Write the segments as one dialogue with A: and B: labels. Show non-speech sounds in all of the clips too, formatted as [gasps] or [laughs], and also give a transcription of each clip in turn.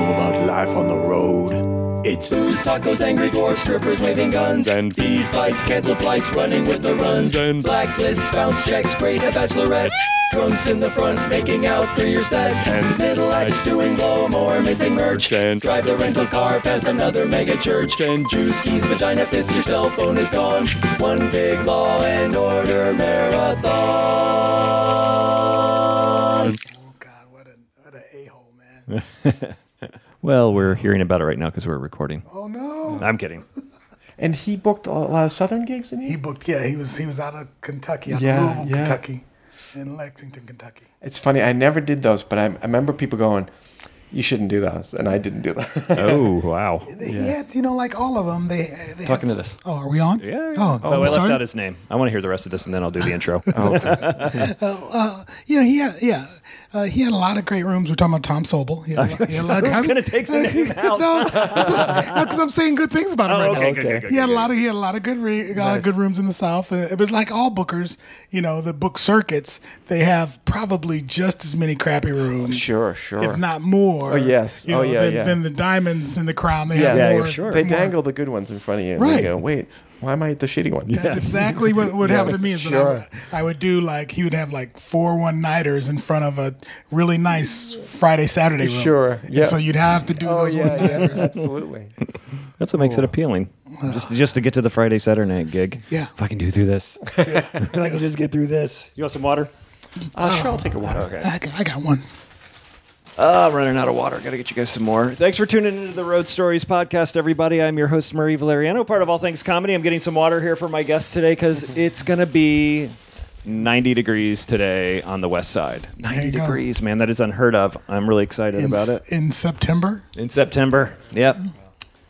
A: life on the road. It's
B: Booze, tacos, angry dwarfs, strippers waving guns,
C: And-
B: bees, fights, cancel flights, running with the runs,
C: And-
B: blacklists, bounce checks, great a bachelorette, drunks in the front, making out through your set,
C: And-
B: middle acts doing blow more, missing merch,
C: And-
B: drive the rental car past another mega church,
C: And-
B: juice keys, vagina fist, your cell phone is gone, one big law and order marathon.
D: Oh God, what an what a a hole, man.
E: Well, we're hearing about it right now because we're recording.
D: Oh no.
E: I'm [laughs] kidding.
F: And he booked a lot of Southern gigs, didn't
D: He booked. Yeah, he was he was out of Kentucky, out
F: Yeah,
D: of Louisville,
F: yeah.
D: Kentucky, in Lexington, Kentucky.
F: It's funny. I never did those, but I, I remember people going, "You shouldn't do those," and I didn't do that.
E: Oh wow!
D: They- He had, you know, like all of them. They, they
E: Talking
D: had,
E: to this.
D: Oh, are we on?
E: Yeah.
D: Oh,
E: but I
D: we
E: left
D: started?
E: out his name. I want to hear the rest of this, and then I'll do the intro.
D: you know, he had yeah, uh, he had a lot of great rooms. We're talking about Tom Sobel. He had, a lot- he had a lot of-
E: [laughs] I was gonna take the name out.
D: no, because I'm saying good things about him right now.
E: Oh, okay, good, good, good,
D: He had a
E: good,
D: lot of he had a lot of good re, a lot of good rooms in the South. Uh, but like all bookers, you know, the book circuits, they have probably just as many crappy rooms.
F: [laughs] sure, sure.
D: If not more, oh
F: yes. Oh, yeah,
D: than,
F: yeah.
D: than the diamonds in the crown. They
F: Yes.
D: have
E: Yeah,
D: more,
E: sure.
F: They
D: more-
F: dangle the good ones in front of you, and
D: Right.
F: you go, "Wait, why am I at the shitty one?"
D: That's
F: [laughs]
D: exactly what would happen to me. Is that I, would,
F: Sure.
D: I would do like he would have like four one nighters in front of a really nice Friday Saturday room.
F: Sure,
D: And
F: yeah.
D: So you'd have to do
F: Oh
D: those one
F: yeah, yeah, absolutely.
E: That's what makes it [sighs] appealing. Just just to get to the Friday Saturday night gig.
D: Yeah.
E: If I can do through [laughs] this, if I can just get through this. You want some water?
F: Uh, sure, I'll take a water. Okay.
D: I got, I got one.
E: Uh, running out of water. Got to get you guys some more. Thanks for tuning into the Road Stories podcast, everybody. I'm your host, Marie Valeriano, part of All Things Comedy. I'm getting some water here for my guests today because it's going to be 90 degrees today on the west side. 90
D: you go.
E: degrees, man. That is unheard of. I'm really excited
D: In
E: about
D: s-
E: it.
D: in September.
E: In September. Yep.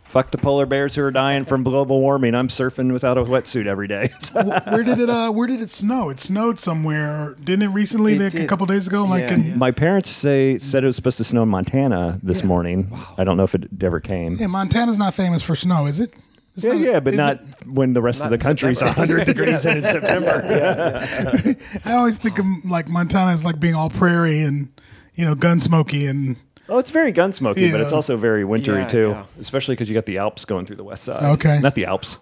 E: Fuck the polar bears who are dying from global warming. I'm surfing without a wetsuit every day. [laughs]
D: Wh- where did it? Uh, where did it snow? It snowed somewhere, didn't it? Recently,
F: It
D: like a
F: did.
D: couple days ago. Like
F: Yeah.
D: in,
E: My parents say said it was supposed to snow in Montana this morning. I don't know if it ever came.
D: yeah, Montana's not famous for snow, is it? It's
E: Yeah,
D: not-
E: yeah, but
D: is
E: not
D: it?
E: when the rest of the
F: in
E: country's
F: September.
E: [laughs] 100 degrees in September.
D: I always think of like Montana as like being all prairie and you know gun smoky and
E: Oh, it's very gun smoky, but it's
D: Yeah.
E: also very wintry
F: Yeah,
E: too,
F: yeah.
E: especially because you got the Alps going through the west side.
D: Okay.
E: Not the Alps.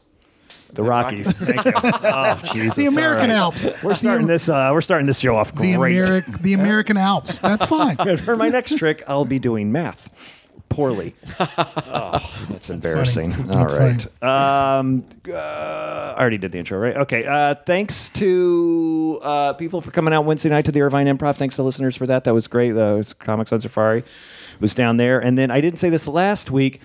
E: The Rockies, thank you. [laughs] Oh, Jesus.
D: the American
E: all right.
D: Alps.
E: We're starting this. Uh, we're starting this show off
D: The
E: great.
D: American, the American Alps.
E: [laughs]
D: That's fine.
E: For my next trick, I'll be doing math poorly. Oh, that's embarrassing. All
D: That's
E: right. Um, uh, I already did the intro, right? Okay. Uh, thanks to uh, people for coming out Wednesday night to the Irvine Improv. Thanks to listeners for that. That was great. Uh, it was Comics on Safari was down there. And then I didn't say this last week.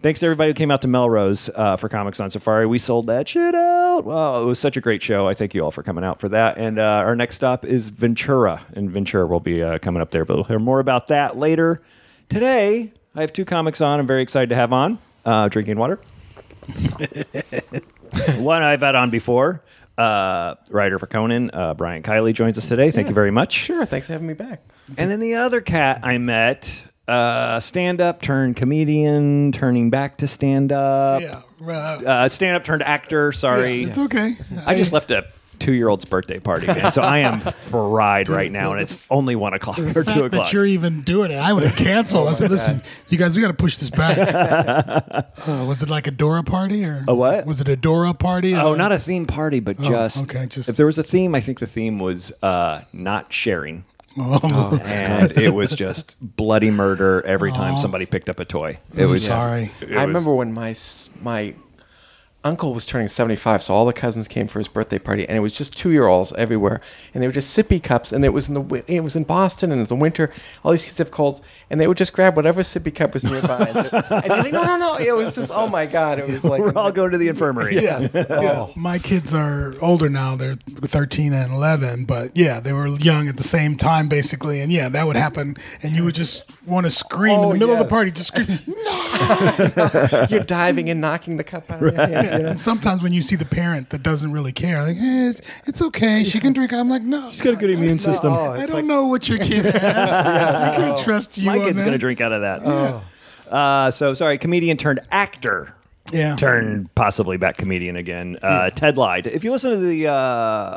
E: Thanks to everybody who came out to Melrose uh, for Comics on Safari. We sold that shit out. Wow, it was such a great show. I thank you all for coming out for that. And uh, our next stop is Ventura, and Ventura will be uh, coming up there, but we'll hear more about that later. Today, I have two comics on. I'm very excited to have on uh, Drinking Water. One I've had on before, uh, writer for Conan, uh, Brian Kiley joins us today. Thank you very much.
F: Sure, thanks for having me back.
E: And then the other cat I met, uh, stand up turned comedian, turning back to stand up,
D: Yeah, right.
E: uh, stand up turned actor. Sorry,
D: it's okay.
E: I just left a two year old's birthday party, man. so I am fried right now, and it's only one o'clock or
D: The
E: two
D: fact
E: o'clock.
D: that you're even doing it. I would have canceled.
E: [laughs]
D: I said, "Listen, you guys, we got to push this back." uh, was it like a Dora party or a
E: what?
D: Was it a Dora party?
E: Oh, not a theme party, but just,
D: Oh, okay, just-
E: if there was a theme, I think the theme was uh, not sharing.
D: Oh,
E: And it
D: [laughs]
E: was just bloody murder every time somebody picked up a toy. It was just-
D: sorry.
E: it
F: I
E: was-
F: remember when my s- my uncle was turning 75, so all the cousins came for his birthday party, and it was just two year olds everywhere, and they were just sippy cups, and it was in the wi- it was in Boston, and it was the winter, all these kids have colds, and they would just grab whatever sippy cup was nearby, and, and you're like, no, no, no, it was just, oh my god, it was like,
E: [laughs] [laughs] we're all going to the infirmary.
F: yes, oh.
D: my kids are older now. They're 13 and 11, but yeah, they were young at the same time, basically. And yeah, that would happen. And you would just want to scream in
F: Oh,
D: the middle of
F: yes.
D: the party, just scream.
F: you're diving and knocking the cup out.
E: [laughs]
F: Yeah, yeah, [laughs] yeah.
D: and sometimes when you see the parent that doesn't really care, like, eh, it's, it's okay, she can drink. I'm like, no,
E: She's got a good immune system.
F: Oh,
D: I
F: it's
D: don't
F: like- Oh.
D: know what your
F: [laughs]
D: kid has. I can't trust
E: [laughs]
D: you.
E: My
D: on
E: kid's
D: that. Oh.
E: gonna drink out of that. Uh, so sorry, comedian turned actor.
D: Yeah.
E: Turned possibly back comedian again. Uh, Ted lied. If you listen to the uh,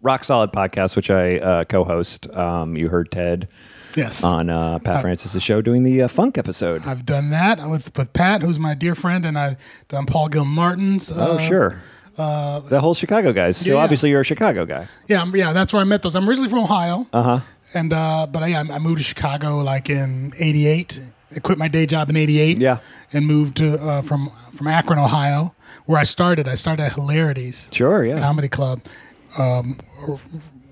E: Rock Solid podcast, which I uh, co-host, um, you heard Ted
D: Yes.
E: on uh, Pat Francis' show doing the uh, funk episode.
D: I've done that with with Pat, who's my dear friend, and I've done Paul uh, Gil Martin's.
E: oh, sure. the whole Chicago guys. So
D: uh, yeah.
E: obviously you're a Chicago guy.
D: Yeah, I'm- yeah, that's where I met those. I'm originally from Ohio. Uh-huh. And uh but yeah, I, I moved to Chicago like in 88. I quit my day job in 88.
E: Yeah.
D: And moved to uh, from from Akron, Ohio, where I started. I started at Hilarities.
E: Sure, yeah.
D: Comedy club. Um or-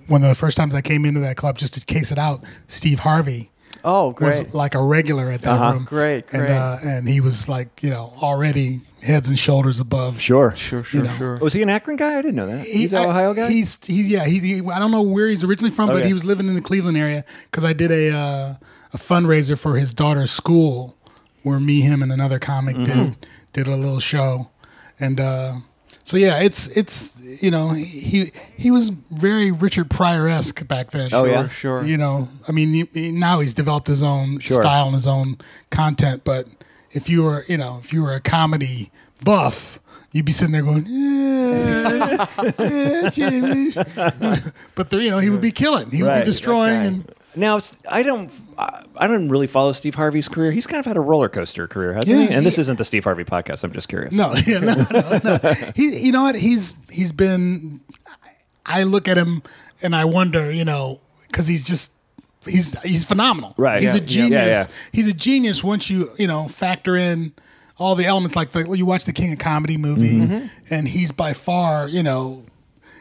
D: one of the first times I came into that club just to case it out, Steve Harvey
F: Oh,
D: was like a regular at that room.
F: Great,
D: And
F: great.
D: uh, and he was like, you know, already heads and shoulders above
E: Sure.
F: Sure, sure,
D: know.
F: sure.
E: Was Oh, he an Akron guy? I didn't know that.
D: He-
E: he's an Ohio
D: I,
E: guy?
D: He's he, yeah. He, he- I don't know where he's originally from, but
E: Okay.
D: he was living in the Cleveland area because I did a uh, a fundraiser for his daughter's school, where me, him, and another comic
E: Mm-hmm.
D: did did a little show, and uh, so yeah, it's it's you know he he was very Richard Pryor esque back then.
E: Oh, yeah?
F: Sure, sure.
D: You know, I mean, you- you- now he's developed his own
E: Sure.
D: style and his own content. But if you were, you know, if you were a comedy buff, you'd be sitting there going, "Eh, "Yeah, yeah, Jimmy." but there, you know, he would be killing. He would
E: Right.
D: be destroying. And
F: That
E: Now it's, I don't I I don't really follow Steve Harvey's career. He's kind of had a roller coaster career, hasn't
D: Yeah,
E: he? And this
D: he-
E: isn't the Steve Harvey podcast. I'm just curious.
D: no, [laughs] yeah, no, no, no. He, you know what? He's he's been. I look at him and I wonder, you know, because he's just. He's he's phenomenal.
E: Right.
D: He's
E: Yeah. Yeah.
D: a
E: Yeah,
D: genius.
E: yeah.
D: he's a genius once you you know factor in all the elements like the, you watch the king of comedy movie
E: Mm-hmm.
D: and he's by far you know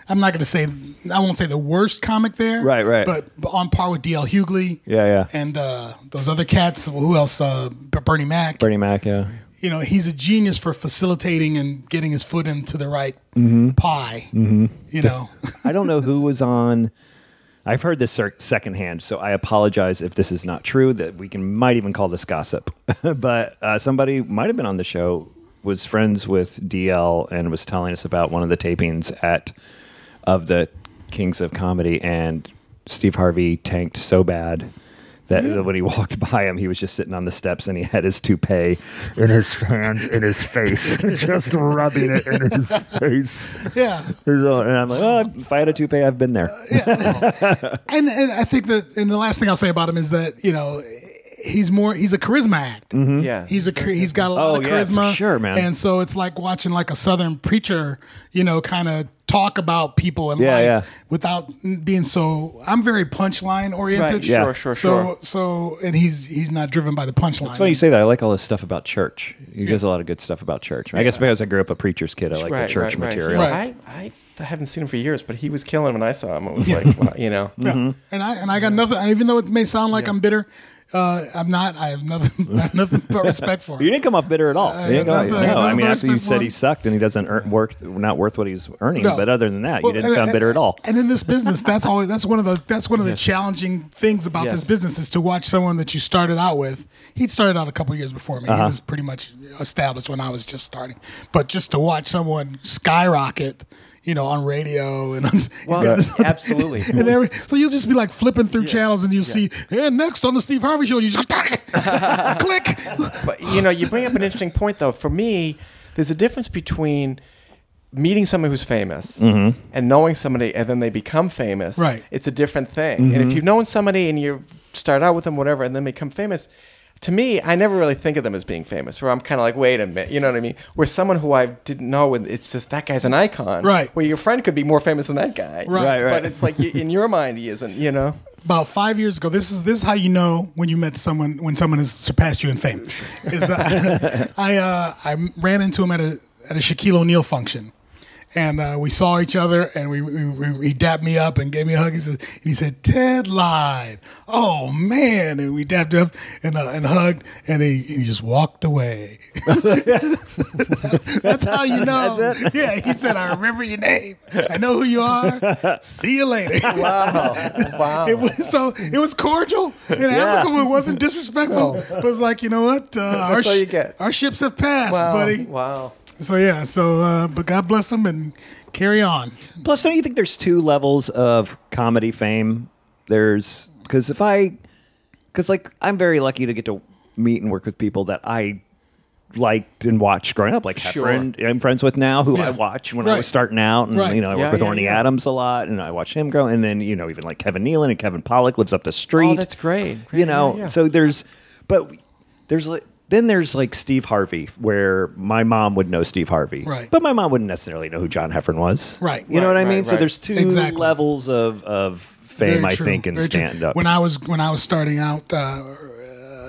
D: i'm not going to say i won't say the worst comic there
E: Right, right.
D: but on par with dl hughley
E: Yeah, yeah.
D: and uh, those other cats who else uh, B- bernie mac
E: Bernie Mac, yeah.
D: you know he's a genius for facilitating and getting his foot into the right
E: Mm-hmm.
D: pie you
E: [laughs]
D: know
E: I don't know who was on. I've heard this sir- secondhand, so I apologize if this is not true. That we can might even call this gossip, [laughs] but uh, somebody might have been on the show was friends with DL and was telling us about one of the tapings at of the Kings of Comedy, and Steve Harvey tanked so bad. That when he [laughs] walked by him, he was just sitting on the steps and he had his toupee in his hands, in his face, [laughs] just rubbing it in his face.
D: yeah
E: There's a- and I'm like, well, if I had a toupee, I've been there.
D: and, and I think that, and the last thing I'll say about him is that you know he's more he's a charisma act.
F: Yeah.
D: He's a char- he's got a lot
E: Mm-hmm. Oh,
D: of
E: yeah, for
D: charisma,
E: sure, man.
D: And so it's like watching like a southern preacher, you know, kind of talk about people in
E: Yeah,
D: life
E: yeah.
D: without being so. I'm very punchline oriented.
F: Right,
E: Yeah.
F: Sure, sure,
D: so
F: sure.
D: so, and he's he's not driven by the punchline.
E: That's why you say that. I like all this stuff about church. You guys a lot of good stuff about church. I guess because I grew up a preacher's kid, I like the church material.
D: Right.
F: I, I haven't seen him for years, but he was killing when I saw him. It was like, wow,
E: [laughs]
F: you know.
D: Yeah.
E: Mm-hmm.
D: [laughs] And I and I got nothing. Even though it may sound like I'm bitter, uh, I'm not. I have nothing. [laughs] I have nothing but respect
E: [laughs]
D: for
E: You
D: him.
E: didn't come off bitter at all.
D: Uh,
E: You didn't go-
D: nothing-
E: no, I
D: nothing
E: mean,
D: but
E: after you
D: respect for
E: said he
D: him.
E: sucked and he doesn't earn, work, not worth what he's earning.
D: No.
E: But other than that,
D: Well,
E: you didn't
D: and-
E: sound bitter at all.
D: And in this business, that's always that's one of the that's one of the challenging things about
F: Yes.
D: this business is to watch someone that you started out with. He'd started out a couple years before me.
E: Uh-huh.
D: He was pretty much established when I was just starting. But just to watch someone skyrocket, you know, on radio and on, [laughs]
F: Well, absolutely.
D: and every, so you'll just be like flipping through channels and you'll see hey, next on the Steve Harvey show. You just click.
E: [laughs]
D: [laughs]
F: But you know, you bring up an interesting point though. For me, there's a difference between meeting someone who's famous and knowing somebody and then they become famous.
D: Right.
F: It's a different thing. And if you've known somebody and you start out with them, whatever, and then become famous, to me, I never really think of them as being famous. Where I'm kind of like, wait a minute, you know what I mean? Where someone who I didn't know, and it's just that guy's an icon.
D: Right.
F: Where your friend could be more famous than that guy.
D: Right. Right,
E: right.
F: But it's like you, in your mind, he isn't. You know.
D: about five years ago. This is this is how you know when you met someone when someone has surpassed you in fame. Is that- [laughs] I uh, I ran into him at a at a Shaquille O'Neal function, and uh, we saw each other, and we, we, we he dapped me up and gave me a hug. He said and he said Ted lied. Oh man! And we dapped up and uh, and hugged, and he, he just walked away. [laughs] That's how you know. Yeah, he said I remember your name. I know who you are. See you later.
F: Wow.
D: [laughs] It was so it was cordial and amicable. It wasn't disrespectful, but it was like you know what, uh, our,
F: all
D: sh-
F: you get.
D: our ships have passed,
F: wow.
D: buddy.
F: Wow.
D: So yeah, so uh, but God bless them and carry on.
E: Plus, don't you think there's two levels of comedy fame? There's because if I, because like I'm very lucky to get to meet and work with people that I liked and watched growing up, like
F: Sure.
E: Heffron, I'm friends with now, who
D: Yeah.
E: I watch when I
D: Right.
E: was starting out, and
D: Right.
E: you know I
F: Yeah,
E: work with
F: yeah,
E: Orny
F: yeah.
E: Adams a lot, and I watch him grow, and then you know even like Kevin Nealon and Kevin Pollock lives up the street.
F: Oh, that's great. Great,
E: You know,
F: yeah, yeah.
E: so there's, but there's like. Then there's like Steve Harvey, where my mom would know Steve Harvey,
D: Right.
E: But my mom wouldn't necessarily know who John Heffron was,
D: Right.
E: You know
F: Right,
E: what I mean?
F: right,
E: So
F: right.
E: there's two
D: Exactly.
E: levels of of fame,
D: Very
E: I
D: true,
E: think, in
D: very true.
E: stand up.
D: When I was when I was starting out, uh,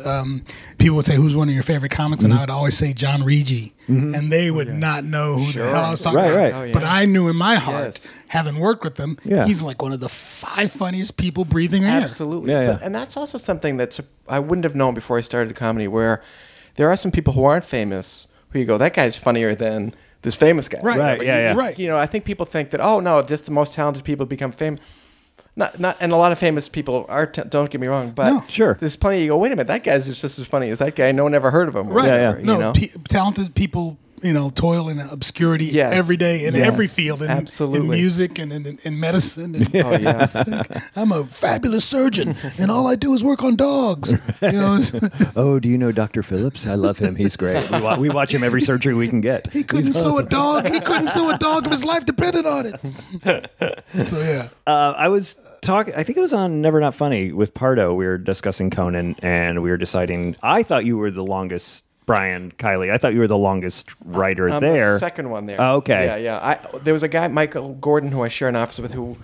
D: um, people would say, "Who's one of your favorite comics?"
E: Mm-hmm.
D: And I would always say John Regi, and they
F: Oh,
D: would not know who the hell I was talking
E: Right,
D: about.
E: right. Oh,
F: yeah.
D: But I knew in my heart,
F: Yes.
D: having worked with them,
E: Yeah.
D: he's like one of the five funniest people breathing air.
F: Absolutely.
E: Yeah,
F: But,
E: yeah.
F: and that's also something that I wouldn't have known before I started comedy, where there are some people who aren't famous who you go, that guy's funnier than this famous guy.
D: Right.
E: Right, yeah, yeah.
D: Right.
F: You know, I think people think that, oh, no, just the most talented people become famous. Not, not, and a lot of famous people are. T- don't get me wrong, but
D: No.
E: Sure.
F: there's plenty. You go, wait a minute, that guy's just just as funny as that guy. No one ever heard of him. or
D: Right?
E: Yeah, yeah.
F: whatever,
D: No,
F: you know?
D: pe- talented people. You know, toil in obscurity
F: Yes.
D: every day in
F: Yes.
D: every field, in, in
F: Absolutely.
D: music and in, in medicine. And
E: [laughs]
F: oh yes,
D: I'm a fabulous surgeon, and all I do is work on dogs. You know, [laughs]
E: Oh, do you know Dr. Phillips? I love him. He's great. we, wa- we watch him every surgery we can get.
D: He couldn't sue a dog. He couldn't sue a dog if his life depended on
E: [laughs]
D: it. So yeah,
E: Uh, I was talking, I think it was on Never Not Funny with Pardo. We were discussing Conan and we were deciding. I thought you were the longest, Brian Kiley, I thought you were the longest writer
F: I'm
E: there.
F: The second one there.
E: Oh, okay.
F: Yeah, yeah. I, there was a guy, Michael Gordon, who I share an office with, who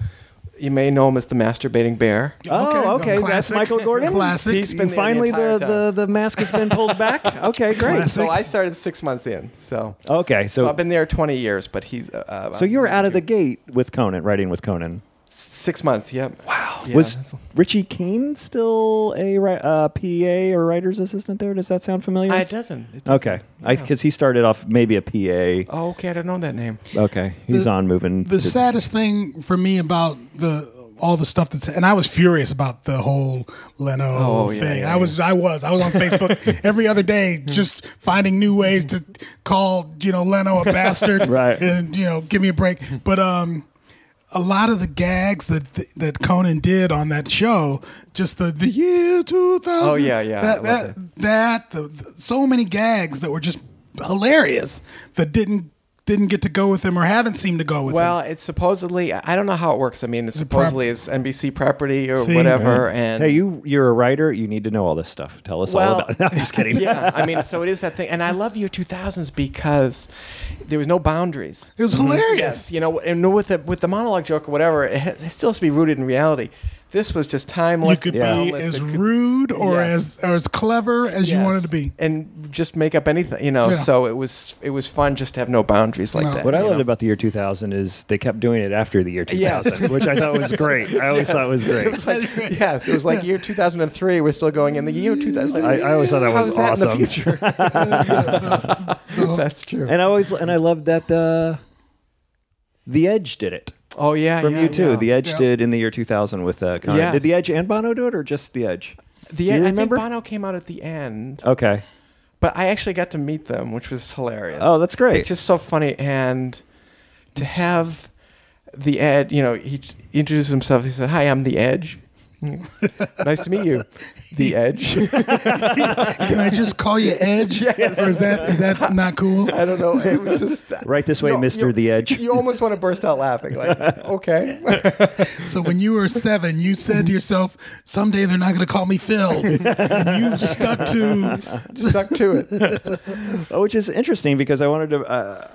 F: you may know him as the masturbating bear.
E: Oh, okay. That's
D: Classic.
E: Michael Gordon.
D: Classic.
F: He's been there the
E: Finally, the,
F: entire
E: the,
F: time.
E: the, mask has been pulled [laughs] back. Okay, great.
D: Classic.
F: So I started six months in. So
E: Okay, Oh, so
F: so I've been there 20 years, but he's. Uh, uh,
E: so you were out of the gate with Conan, writing with Conan.
F: six months. Yep. Wow.
E: was Richie Keene still a ri- uh, PA or writer's assistant there? Does that sound familiar?
F: I, Uh, it doesn't. It doesn't.
E: Okay, because he started off maybe a PA.
F: Oh, okay. I don't know that name.
E: Okay, he's
D: The-
E: on moving. to-
D: the saddest thing for me about the all the stuff that's and I was furious about the whole Leno
F: Oh, yeah,
D: thing.
F: yeah,
D: I was I was I was on
F: [laughs]
D: Facebook every other day just finding new ways to call, you know, Leno a
F: [laughs]
D: bastard
E: Right.
D: and you know, give me a break. But um a lot of the gags that that Conan did on that show, just the, the year 2000.
F: Oh, yeah, yeah, I
D: That
F: love
D: that, that the, the- so many gags that were just hilarious that didn't didn't get to go with him or haven't seemed to go with him.
F: Well, it's supposedly. I I don't know how it works. I mean, it's
D: prop-
F: supposedly it's NBC property or
D: See?
F: whatever. And
E: hey, you you're a writer. You need to know all this stuff. Tell us all about. [laughs] No, I'm just kidding.
F: [laughs] yeah, I mean, so it is that thing, and I love year two thousands because there was no boundaries.
D: It was hilarious.
F: Yes, you know, and with the with the monologue joke or whatever, it, ha- it still has to be rooted in reality. This was just
D: You
F: timeless.
D: could
E: Yeah.
D: be as
F: boundless. It could-
D: rude or
F: Yes.
D: as or as clever as you
F: yes.
D: wanted to be.
F: and just make up anything, you know.
D: Yeah.
F: So it was it was fun just to have no boundaries like
D: No.
F: that.
E: What I
F: you
E: loved
F: know?
E: about the year 2000 is they kept doing it after the year 2000, which I thought was great. I
F: [laughs]
E: always thought was great.
F: [laughs] yes, it was like year two thousand and three. We're still going in the year two thousand.
E: I- I always thought that was
F: that
E: awesome.
F: In the future, that's true.
E: And I always and I loved that uh, the Edge did it
F: Oh yeah,
E: from
F: yeah,
E: you too.
F: yeah.
E: The Edge
D: Yeah.
E: did in the year 2000 with uh, Conan.
F: Yes.
E: Did the Edge and Bono do it or just the Edge?
F: The
E: Do you
F: end, I think
E: remember?
F: Bono came out at the end,
E: Okay.
F: but I actually got to meet them, which was hilarious.
E: Oh, that's great.
F: It's just so funny, and to have the Ed, you know, he t- introduced himself. He said, "Hi, I'm the Edge. nice to meet you,
D: [laughs]
F: the Edge."
D: Can I just call
F: [laughs]
D: you Edge? Or is that is that not cool?
F: I don't know. It was just
E: Right this way,
F: you-
E: Mr.
F: you-
E: The Edge.
F: You almost want to burst out laughing. Like, okay, [laughs]
D: So when you were seven, you said to yourself, "Someday they're not going to call me
F: [laughs]
D: Phil." And you stuck to
F: stuck to it.
E: Oh, which is interesting because I wanted to. Uh,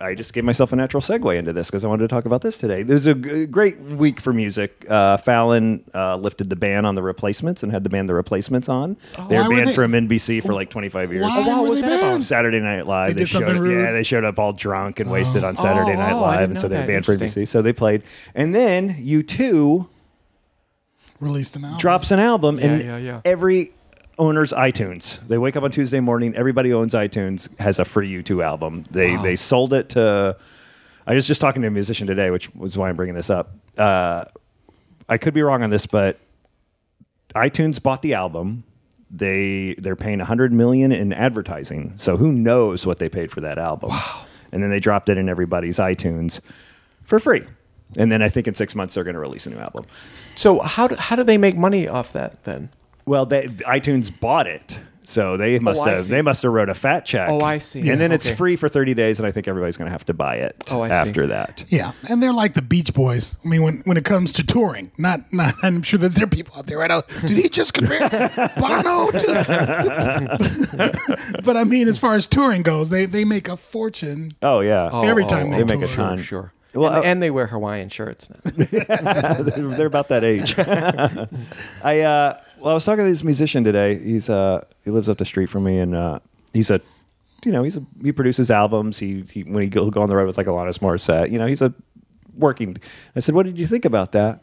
E: I just gave myself a natural segue into this because I wanted to talk about this today. There's a g- great week for music. Uh, Fallon uh, lifted the ban on the Replacements and had the band the Replacements on. they
D: Oh, Why
E: were
D: were
E: banned
D: they-
E: from NBC for like 25 years.
D: Why Oh, wow, were was they that about? banned?
E: Saturday Night Live.
D: They did
E: showed,
D: something rude?
E: Yeah, they showed up all drunk and wasted
D: [gasps]
E: on Saturday
F: Oh,
E: Night
F: oh, I
E: Live,
F: didn't
E: and
F: know
E: so they were
F: that.
E: banned from
F: Interesting.
E: NBC. So they played, and then you two
D: released an album.
E: drops an album and
F: yeah, yeah.
E: every owner's iTunes. They wake up on Tuesday morning, everybody who owns iTunes has a free U2 album. They they sold it to I was just talking to a musician today, which was why I'm bringing this up. Uh, I could be wrong on this, but iTunes bought the album. They they're paying 100 million in advertising. So who knows what they paid for that album? Wow. And then they dropped it in everybody's iTunes for free. And then I think in 6 months they're going to release a new album.
F: So how do, how do they make money off that then?
E: Well, they, iTunes bought it. So they must
F: Oh, I
E: have
F: see.
E: they must have wrote a fat check.
F: Oh, I see.
E: And then it's
F: Okay.
E: free for 30 days, and I think everybody's going to have to buy it
F: Oh, I see.
E: after that.
D: Yeah, and they're like the Beach Boys. I mean, when, when it comes to touring, not not. I'm sure that there are people out there right now. Did he just
F: [laughs]
D: compare Bono to? [laughs] but I mean, as far as touring goes, they they make a fortune.
E: Oh yeah.
D: Every time
E: they
D: they
E: make a
D: tour.
E: ton.
F: Sure.
E: Well,
F: Well, and,
E: uh,
F: and they wear Hawaiian shirts now.
E: [laughs] they're, they're about that age. [laughs] I uh, well, I was talking to this musician today. He's uh, he lives up the street from me, and uh, he's a you know he's a, he produces albums. He, he when he go, he'll go on the road with like Alanis Morissette. You know he's a working. I said, what did you think about that?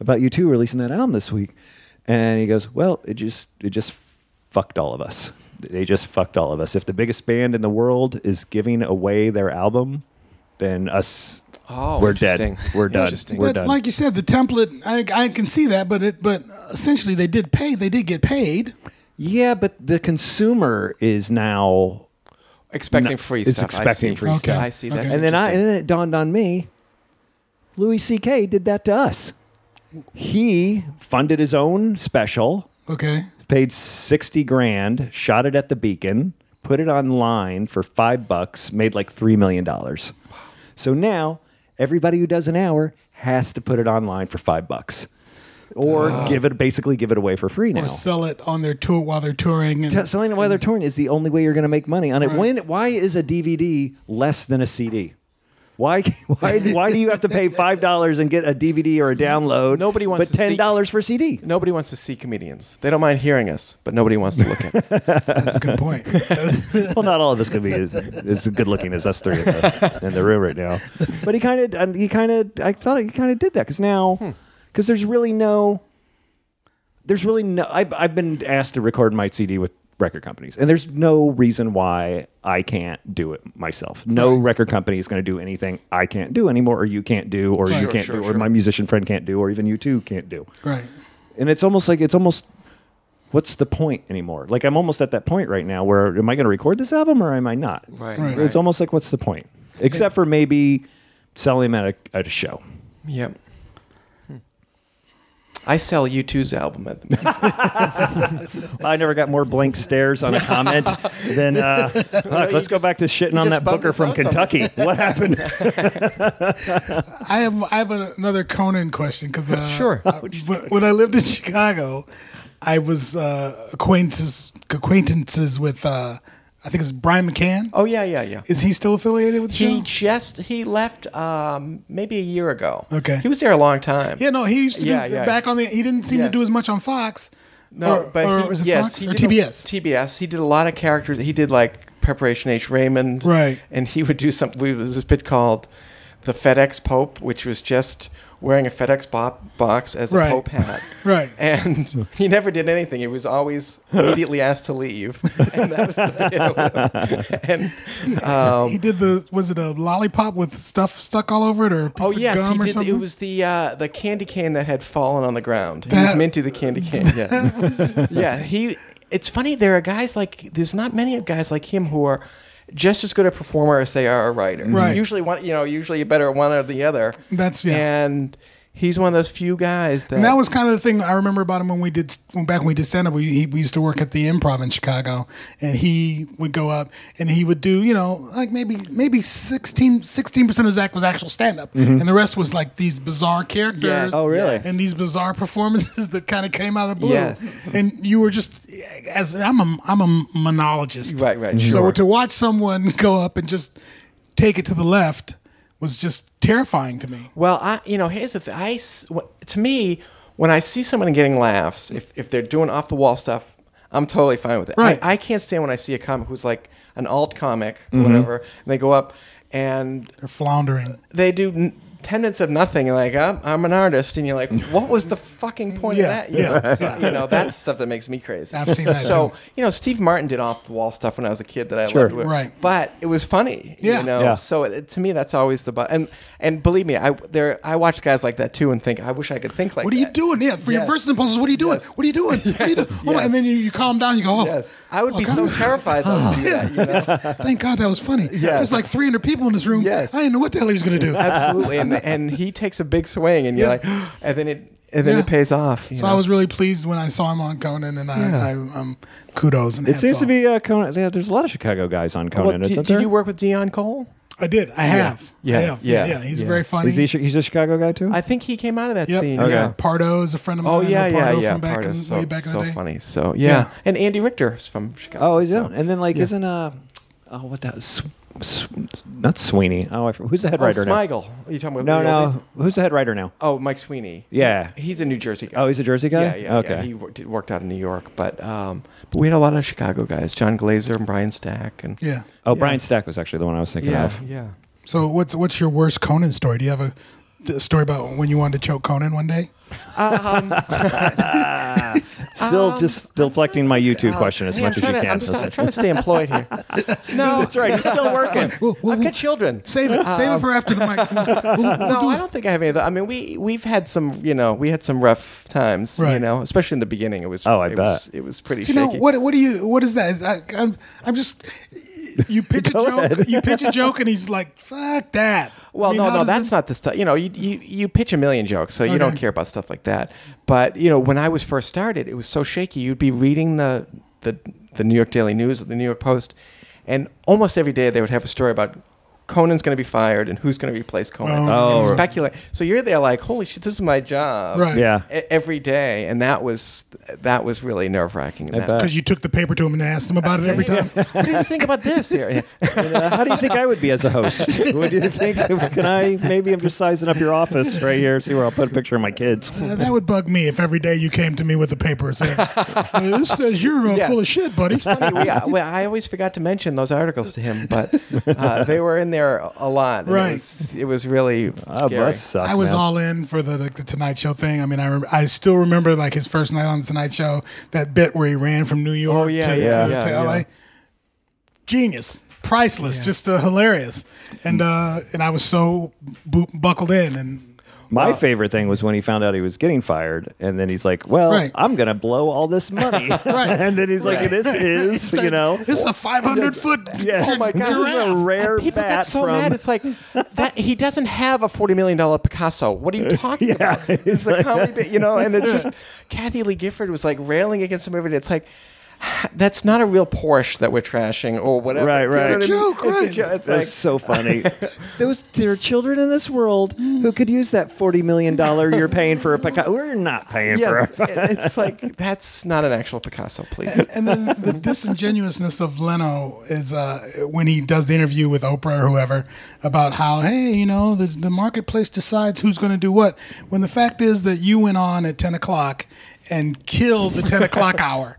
E: About you two releasing that album this week? And he goes, well, it just it just fucked all of us. They just fucked all of us. If the biggest band in the world is giving away their album, then us. [laughs]
F: Oh,
E: we're dead.
F: interesting.
E: We're done.
F: Interesting.
E: We're
D: but
E: done.
D: like you said, the template. I, I can see that, but it but essentially they did pay. They did get paid.
E: Yeah, but the consumer is now,
F: Expecting free
E: is
F: stuff.
E: expecting
F: I see.
E: free
D: Okay. stuff.
F: I see. That's
D: Okay.
E: and then I, and
F: interesting.
E: then it dawned on me. Louis C.K. did that to us. He funded his own special,
D: Okay,
E: paid sixty grand, shot it at the Beacon, put it online for five bucks, made like three million dollars. So now everybody who does an hour has to put it online for five bucks, or give it basically give it away for free now.
D: or sell it on their tour while they're touring. And
E: T- selling it while they're touring is the only way you're going to make money on it. When why is a DVD less than a CD? Why [laughs] why why do you have to pay five dollars and get a DVD or a download?
F: Nobody
E: but
F: wants to see-
E: ten dollars for CD.
F: Nobody wants to see comedians. They don't mind hearing us, but nobody wants to look at. Them.
D: that's a good
F: [laughs]
D: point.
E: [laughs] Well, not all of us can be as, as good looking as us three in the, in the room right now. But he kind of he kind of I thought he kind of did that because
F: Hmm.
E: now because there's really no there's really no I've, I've been asked to record my cd with record companies and there's no reason why i can't do it myself no record company is going to do anything i can't do anymore or you can't do or you
D: Sure,
E: can't
F: sure,
E: do or
F: sure.
E: my musician friend can't do or even you two can't do
D: right.
E: and it's almost like it's almost what's the point anymore like i'm almost at that point right now where am i going to record this album or am i not
F: [laughs] Right.
D: Right.
E: it's almost like what's the point except for maybe selling them at a, at a show
F: Yep. Hmm. I sell U2's album
E: [laughs]
F: at the moment.
E: I never got more blank stares on a
F: [laughs]
E: comment than uh, look, let's go back to shitting on that
F: just bummed
E: Booker
F: us
E: from
F: out so
E: Kentucky. What
F: [laughs]
E: happened?
D: I have I have a, another Conan question because uh,
F: Sure.
D: uh, when, when I lived in Chicago, I was uh, acquaintances acquaintances with uh, I think it's Brian McCann.
F: Oh yeah, yeah, yeah.
D: Is he still affiliated with the
F: He
D: show?
F: just he left um, maybe a year ago.
D: Okay.
F: He was there a long time.
D: Yeah, no, he used to
F: Yeah,
D: do
F: yeah.
D: back on the. He didn't seem
F: Yes.
D: to do as much on Fox.
F: No,
D: or,
F: but
D: or
F: he,
D: was it
F: yes,
D: Fox
F: he
D: or
F: did a-
D: TBS?
F: TBS. He did a lot of characters. He did like Preparation H. Raymond,
D: Right.
F: And he would do something. There was this bit called the FedEx Pope, which was just wearing a FedEx bo- box as a
D: Right.
F: Pope hat.
D: [laughs] Right.
F: And he never did anything. He was always immediately asked to leave. [laughs] And that was the video. and um,
D: he did the. Was it a lollipop with stuff stuck all over it or a piece
F: oh
D: of
F: yes,
D: gum
F: he
D: or
F: did.
D: something?
F: It was the uh, the candy cane that had fallen on the ground. He was
D: That-
F: minty the candy cane.
D: [laughs]
F: Yeah. [laughs] yeah, he. It's funny. There are guys like there's not many of guys like him who are just as good a performer as they are a writer.
D: Right.
F: Usually one, you know, usually you're better at one or the other.
D: That's- yeah.
F: And he's one of those few guys that.
D: And that was kind of the thing I remember about him when we did when back when we did stand up. We, he, we used to work at the Improv in Chicago, and he would go up and he would do you know like maybe maybe 16 percent of Zach was actual stand up, and the rest was like these bizarre characters.
F: Mm-hmm. Yes, Oh, really? yes.
D: And these bizarre performances [laughs] that kind of came out of the blue.
F: Yes.
D: And you were just as I'm a I'm a monologist,
F: Right, right,
D: So
F: sure.
D: to watch someone [laughs] go up and just take it to the left was just terrifying to me.
F: Well, I, you know, here's the thing. I, s- wh- to me, when I see someone getting laughs, if, if they're doing off the wall stuff, I'm totally fine with it.
D: Right.
F: I, I can't stand when I see a comic who's like an alt comic, whatever, and they go up and
D: They're floundering.
F: they do n- ten minutes of nothing, and like I'm, I'm an artist, and
D: [laughs]
F: you're like, what was the fucking point
D: Yeah,
F: of that? You, know?
D: yeah,
F: So, you know, that's stuff that makes me crazy.
D: I've seen that,
F: So
D: too.
F: you know, Steve Martin did off the wall stuff when I was a kid that I
E: Sure.
F: loved,
D: Right.
F: But it was funny,
D: Yeah.
F: you know.
E: Yeah.
F: So it, to me, that's always the bu- and and believe me, I there I watch guys like that too, and think I wish I could think like.
D: What are you
F: that.
D: doing? Yeah, for your
F: Yes.
D: first impulses, what are you doing? What are you doing? What are
F: [laughs]
D: you doing? Oh my,
F: yes.
D: and then you, you calm down. You go, oh,
F: Yes, I would
D: oh,
F: be
D: God. [laughs]
F: so terrified. Though, to do that, you know?
D: Thank God that was funny. There's like 300 people in this room.
F: Yes. [laughs]
D: I didn't know what the hell he was going to do.
F: Absolutely, and and he takes a big swing, and you're
D: Yeah.
F: like, and then it and then
D: Yeah.
F: it pays off. you
D: So I
F: know?
D: was really pleased when I saw him on Conan, and I, I um, kudos. And
E: It
D: hats
E: seems to
D: off.
E: be uh, Conan. Yeah, there's a lot of Chicago guys on
F: Well,
E: Conan.
F: did,
E: isn't
F: did
E: there?
F: you work with Dion Cole?
D: I did. I have.
F: Yeah.
D: I have.
F: Yeah.
D: yeah. He's
E: Yeah.
D: very funny.
E: Is he, chi- he's a Chicago guy too.
F: I think he came out of that
D: Yep.
F: scene.
D: Okay.
F: Yeah.
D: Pardo is a friend of mine.
F: Oh
D: I know
F: yeah, yeah,
D: Pardo
F: yeah.
D: From back
F: Pardo's
D: in,
F: so,
D: way back in
F: so
D: the day.
F: funny. So yeah.
D: Yeah.
F: and Andy Richter is from Chicago.
E: oh, is
F: so.
E: it? And then like, isn't uh, oh, what that? Sw- sw- not Sweeney. Oh, I, for- who's the head
F: Oh,
E: writer now?
F: Smigel. Are you talking about
E: No,
F: the
E: no.
F: oldies?
E: Who's the head writer now?
F: Oh, Mike Sweeney.
E: Yeah.
F: He's a New Jersey guy.
E: Oh, he's a Jersey guy.
F: Yeah, yeah.
E: okay.
F: Yeah. He wor- did- worked out in New York, but um, but we had a lot of Chicago guys: John Glazer and Brian Stack, and
D: Yeah.
E: oh, Brian Stack was actually the one I was thinking
F: yeah,
E: of.
F: yeah.
D: So what's what's your worst Conan story? Do you have a th- story about when you wanted to choke Conan one day?
F: Um,
E: Still, just deflecting my YouTube question as
F: Hey,
E: much as
F: I'm
E: you
F: trying to-
E: can.
F: I'm, just,
E: so-
F: I'm trying to stay employed here. no,
E: That's right. [laughs] He's still
F: [laughs]
E: working.
D: Whoa, whoa,
F: I've
D: whoa.
F: got children.
D: Save it. Save it for after the mic. We'll- we'll-
F: [laughs]
D: we'll
F: Um, No,
D: do
F: I
D: it.
F: don't think I have any. Of the, I mean, we we've had some, you know, we had some rough times, you
D: Right.
F: know, especially in the beginning. It was
E: Oh, I
F: it was,
E: bet.
F: it was pretty.
D: Do you know
F: shaky.
D: what? What do you? What is that? I, I'm, I'm just.
F: [laughs]
D: You pitch a joke. You pitch a joke, and he's like, "Fuck that."
F: Well,
D: I mean, how
F: no, no,
D: does
F: that's
D: this-
F: not the stuff. You know, you, you you pitch a million jokes, so you don't
D: Okay.
F: care about stuff like that. But you know, when I was first started, it was so shaky. You'd be reading the the the New York Daily News or the New York Post, and almost every day they would have a story about Conan's going to be fired and who's going to replace Conan.
E: Oh.
F: And
E: Oh.
F: speculate. So you're there like, holy shit, this is my job.
D: Right.
E: Yeah.
F: e- Every day, and that was that was really nerve wracking.
E: bet.
D: because you took the paper to him and asked him about it every time.
F: [laughs] what do you think about this [laughs] here?
E: Uh, how do you think I would be as a
F: [laughs]
E: host? Would you think? Can I? Maybe I'm just sizing up your office right here. See where I'll put a picture of my kids.
D: Uh, that would bug me if every day you came to me with a paper
F: [laughs]
D: saying, "Uh, "This says you're uh,
F: Yeah.
D: full of shit, buddy."
F: funny. We, I, uh, well, I always forgot to mention those articles to him, but uh, they were in there a lot. and
D: Right.
F: It was, it was really
E: Oh,
F: scary.
E: must suck,
D: I was
E: man.
D: all in for the, the, the Tonight Show thing. I mean, I rem- I still remember like his first night on the Tonight Show, that bit where he ran from New York
F: Oh, yeah,
D: to,
F: yeah,
D: to,
F: yeah,
D: to LA.
F: yeah.
D: Genius, priceless, just uh, hilarious, and uh, and I was so bu- buckled in,
F: [laughs]
D: and
F: uh,
E: My favorite thing was when he found out he was getting fired, and then he's like, "Well,
D: Right.
E: I'm gonna blow all this money,"
F: [laughs]
E: [laughs] and then he's like,
D: Right.
E: "This is, you know."
D: this is a 500 foot.
E: Yeah.
F: Oh my God!
E: This is a rare
F: And people
E: bat
F: got so
E: from.
F: mad. It's like that he doesn't have a forty million dollar Picasso. What
E: [laughs]
F: are you talking about? It's the comedy bit, you know. And it just Kathy Lee Gifford was like railing against him every day. It's like that's not a real Porsche that we're trashing or whatever.
E: Right,
F: You know
E: right.
F: what I mean?
D: Joke,
F: It's a
D: right.
F: jo- it's
E: That's
F: like-
E: so [laughs] funny. there was there are children in this world who could use that forty million dollar you're paying for a Picasso. We're not paying
F: yeah,
E: for. A- [laughs]
F: it's like that's not an actual Picasso, please.
D: and then the disingenuousness of Leno is uh, when he does the interview with Oprah or whoever about how, hey, you know, the, the marketplace decides who's going to do what. When the fact is that you went on at 10 o'clock and killed the 10
F: [laughs]
D: o'clock hour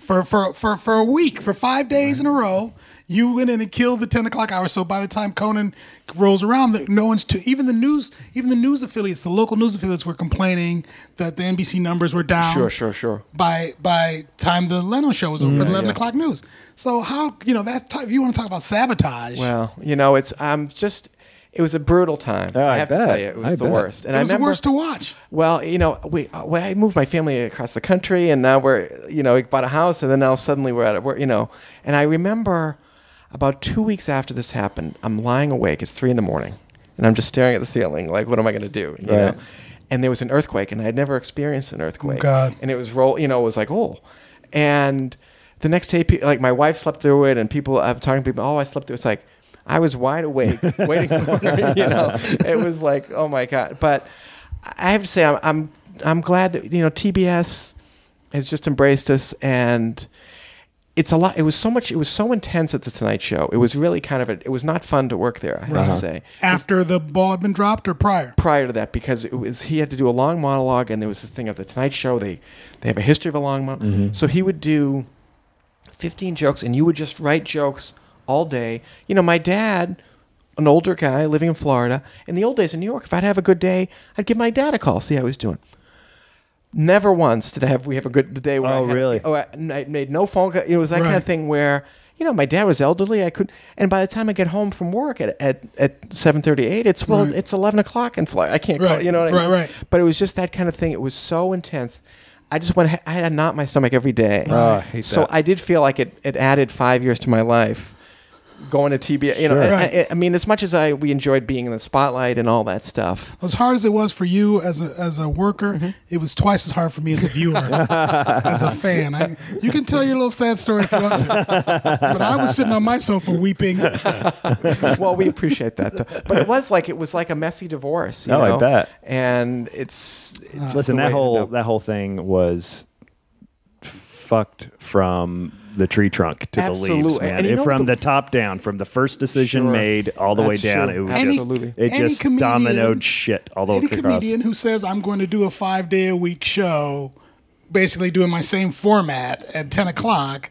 D: for, for, for, for a week, for five days in a row. You went in and killed the ten o'clock hour. So by the time Conan rolls around, that no one's to even the news, even the news affiliates, the local news affiliates were complaining that the NBC numbers were down
F: Sure, sure, sure.
D: by by time the Leno show was over
F: Mm-hmm.
D: for the eleven o'clock news. So how you know that type, if you want to talk about sabotage?
F: Well, you know, it's I'm just it was a brutal time.
E: Oh, I
F: I have to tell
E: bet.
F: you, it was
E: I
F: the
E: bet.
F: worst. And
D: it was
F: I remember,
D: the worst to watch.
F: Well, you know, we uh, well, I moved my family across the country, and now we're you know we bought a house, and then now suddenly we're at we're you know, and I remember about two weeks after this happened, I'm lying awake. It's three in the morning, and I'm just staring at the ceiling, like, what am I going to do?
E: Right.
F: You know? And there was an earthquake, and I had never experienced an earthquake.
D: God.
F: And it was roll, you know, it was like oh, and the next day, pe- like my wife slept through it, and people I'm talking to people, oh, I slept through. it." It's like I was wide awake, waiting for her. You know, it was like oh my god. But I have to say, I'm I'm, I'm glad that you know TBS has just embraced us and. It's a lot. It was so much. It was so intense at the Tonight Show. It was really kind of a. It was not fun to work there. I have to say
D: After the ball had been dropped or prior?
F: prior to that because it was he had to do a long monologue and there was the thing of the Tonight Show. They they have a history of a long monologue,
E: Mm-hmm.
F: so he would do fifteen jokes and you would just write jokes all day. You know, my dad. An older guy living in Florida. In the old days in New York, if I'd have a good day, I'd give my dad a call, see how he was doing. Never once did I have we have a good the day where
E: Oh,
F: I had-
E: really?
F: oh I, I made no phone call. It was that kind
D: Right.
F: of thing where you know my dad was elderly. I could and by the time I get home from work at at at seven thirty eight, it's well it's eleven o'clock in Florida. I can't call,
D: Mm-hmm. Right,
F: you know what I
D: right,
F: mean?
D: right.
F: But it was just that kind of thing. It was so intense. I just went. I had a knot in my stomach every day.
E: Oh, I hate
F: so
E: that.
F: I did feel like it. It added five years to my life. going to TBA. You know,
D: Sure.
F: I-
D: Right.
F: I, I mean, as much as I we enjoyed being in the spotlight and all that stuff,
D: As hard as it was for you as a, as a worker,
F: Mm-hmm.
D: it was twice as hard for me as a
F: [laughs]
D: viewer, as a fan. I, you can tell your little sad story if you want to,
F: [laughs]
D: but I was sitting on my sofa weeping.
F: well, we appreciate that. Though. But it was like it was like a messy divorce. You
E: No, I
F: know?
E: bet.
F: And it's, it's just
E: Listen,
F: the way
E: that
F: it
E: whole
F: ended up.
E: that whole thing was fucked from the tree trunk to the leaves,
F: Absolutely.
E: man.
F: And you
E: It-
F: know
E: from
F: what
E: the, top down, from the first decision
F: Sure.
E: made all the
F: That's
E: way down,
F: true.
E: it was
F: Any-
E: just,
F: Absolutely.
E: it
D: any
E: just
D: comedian-
E: dominoed shit all the way
D: Any
E: across.
D: comedian who says I'm going to do a five day a week show, basically doing my same format at ten o'clock,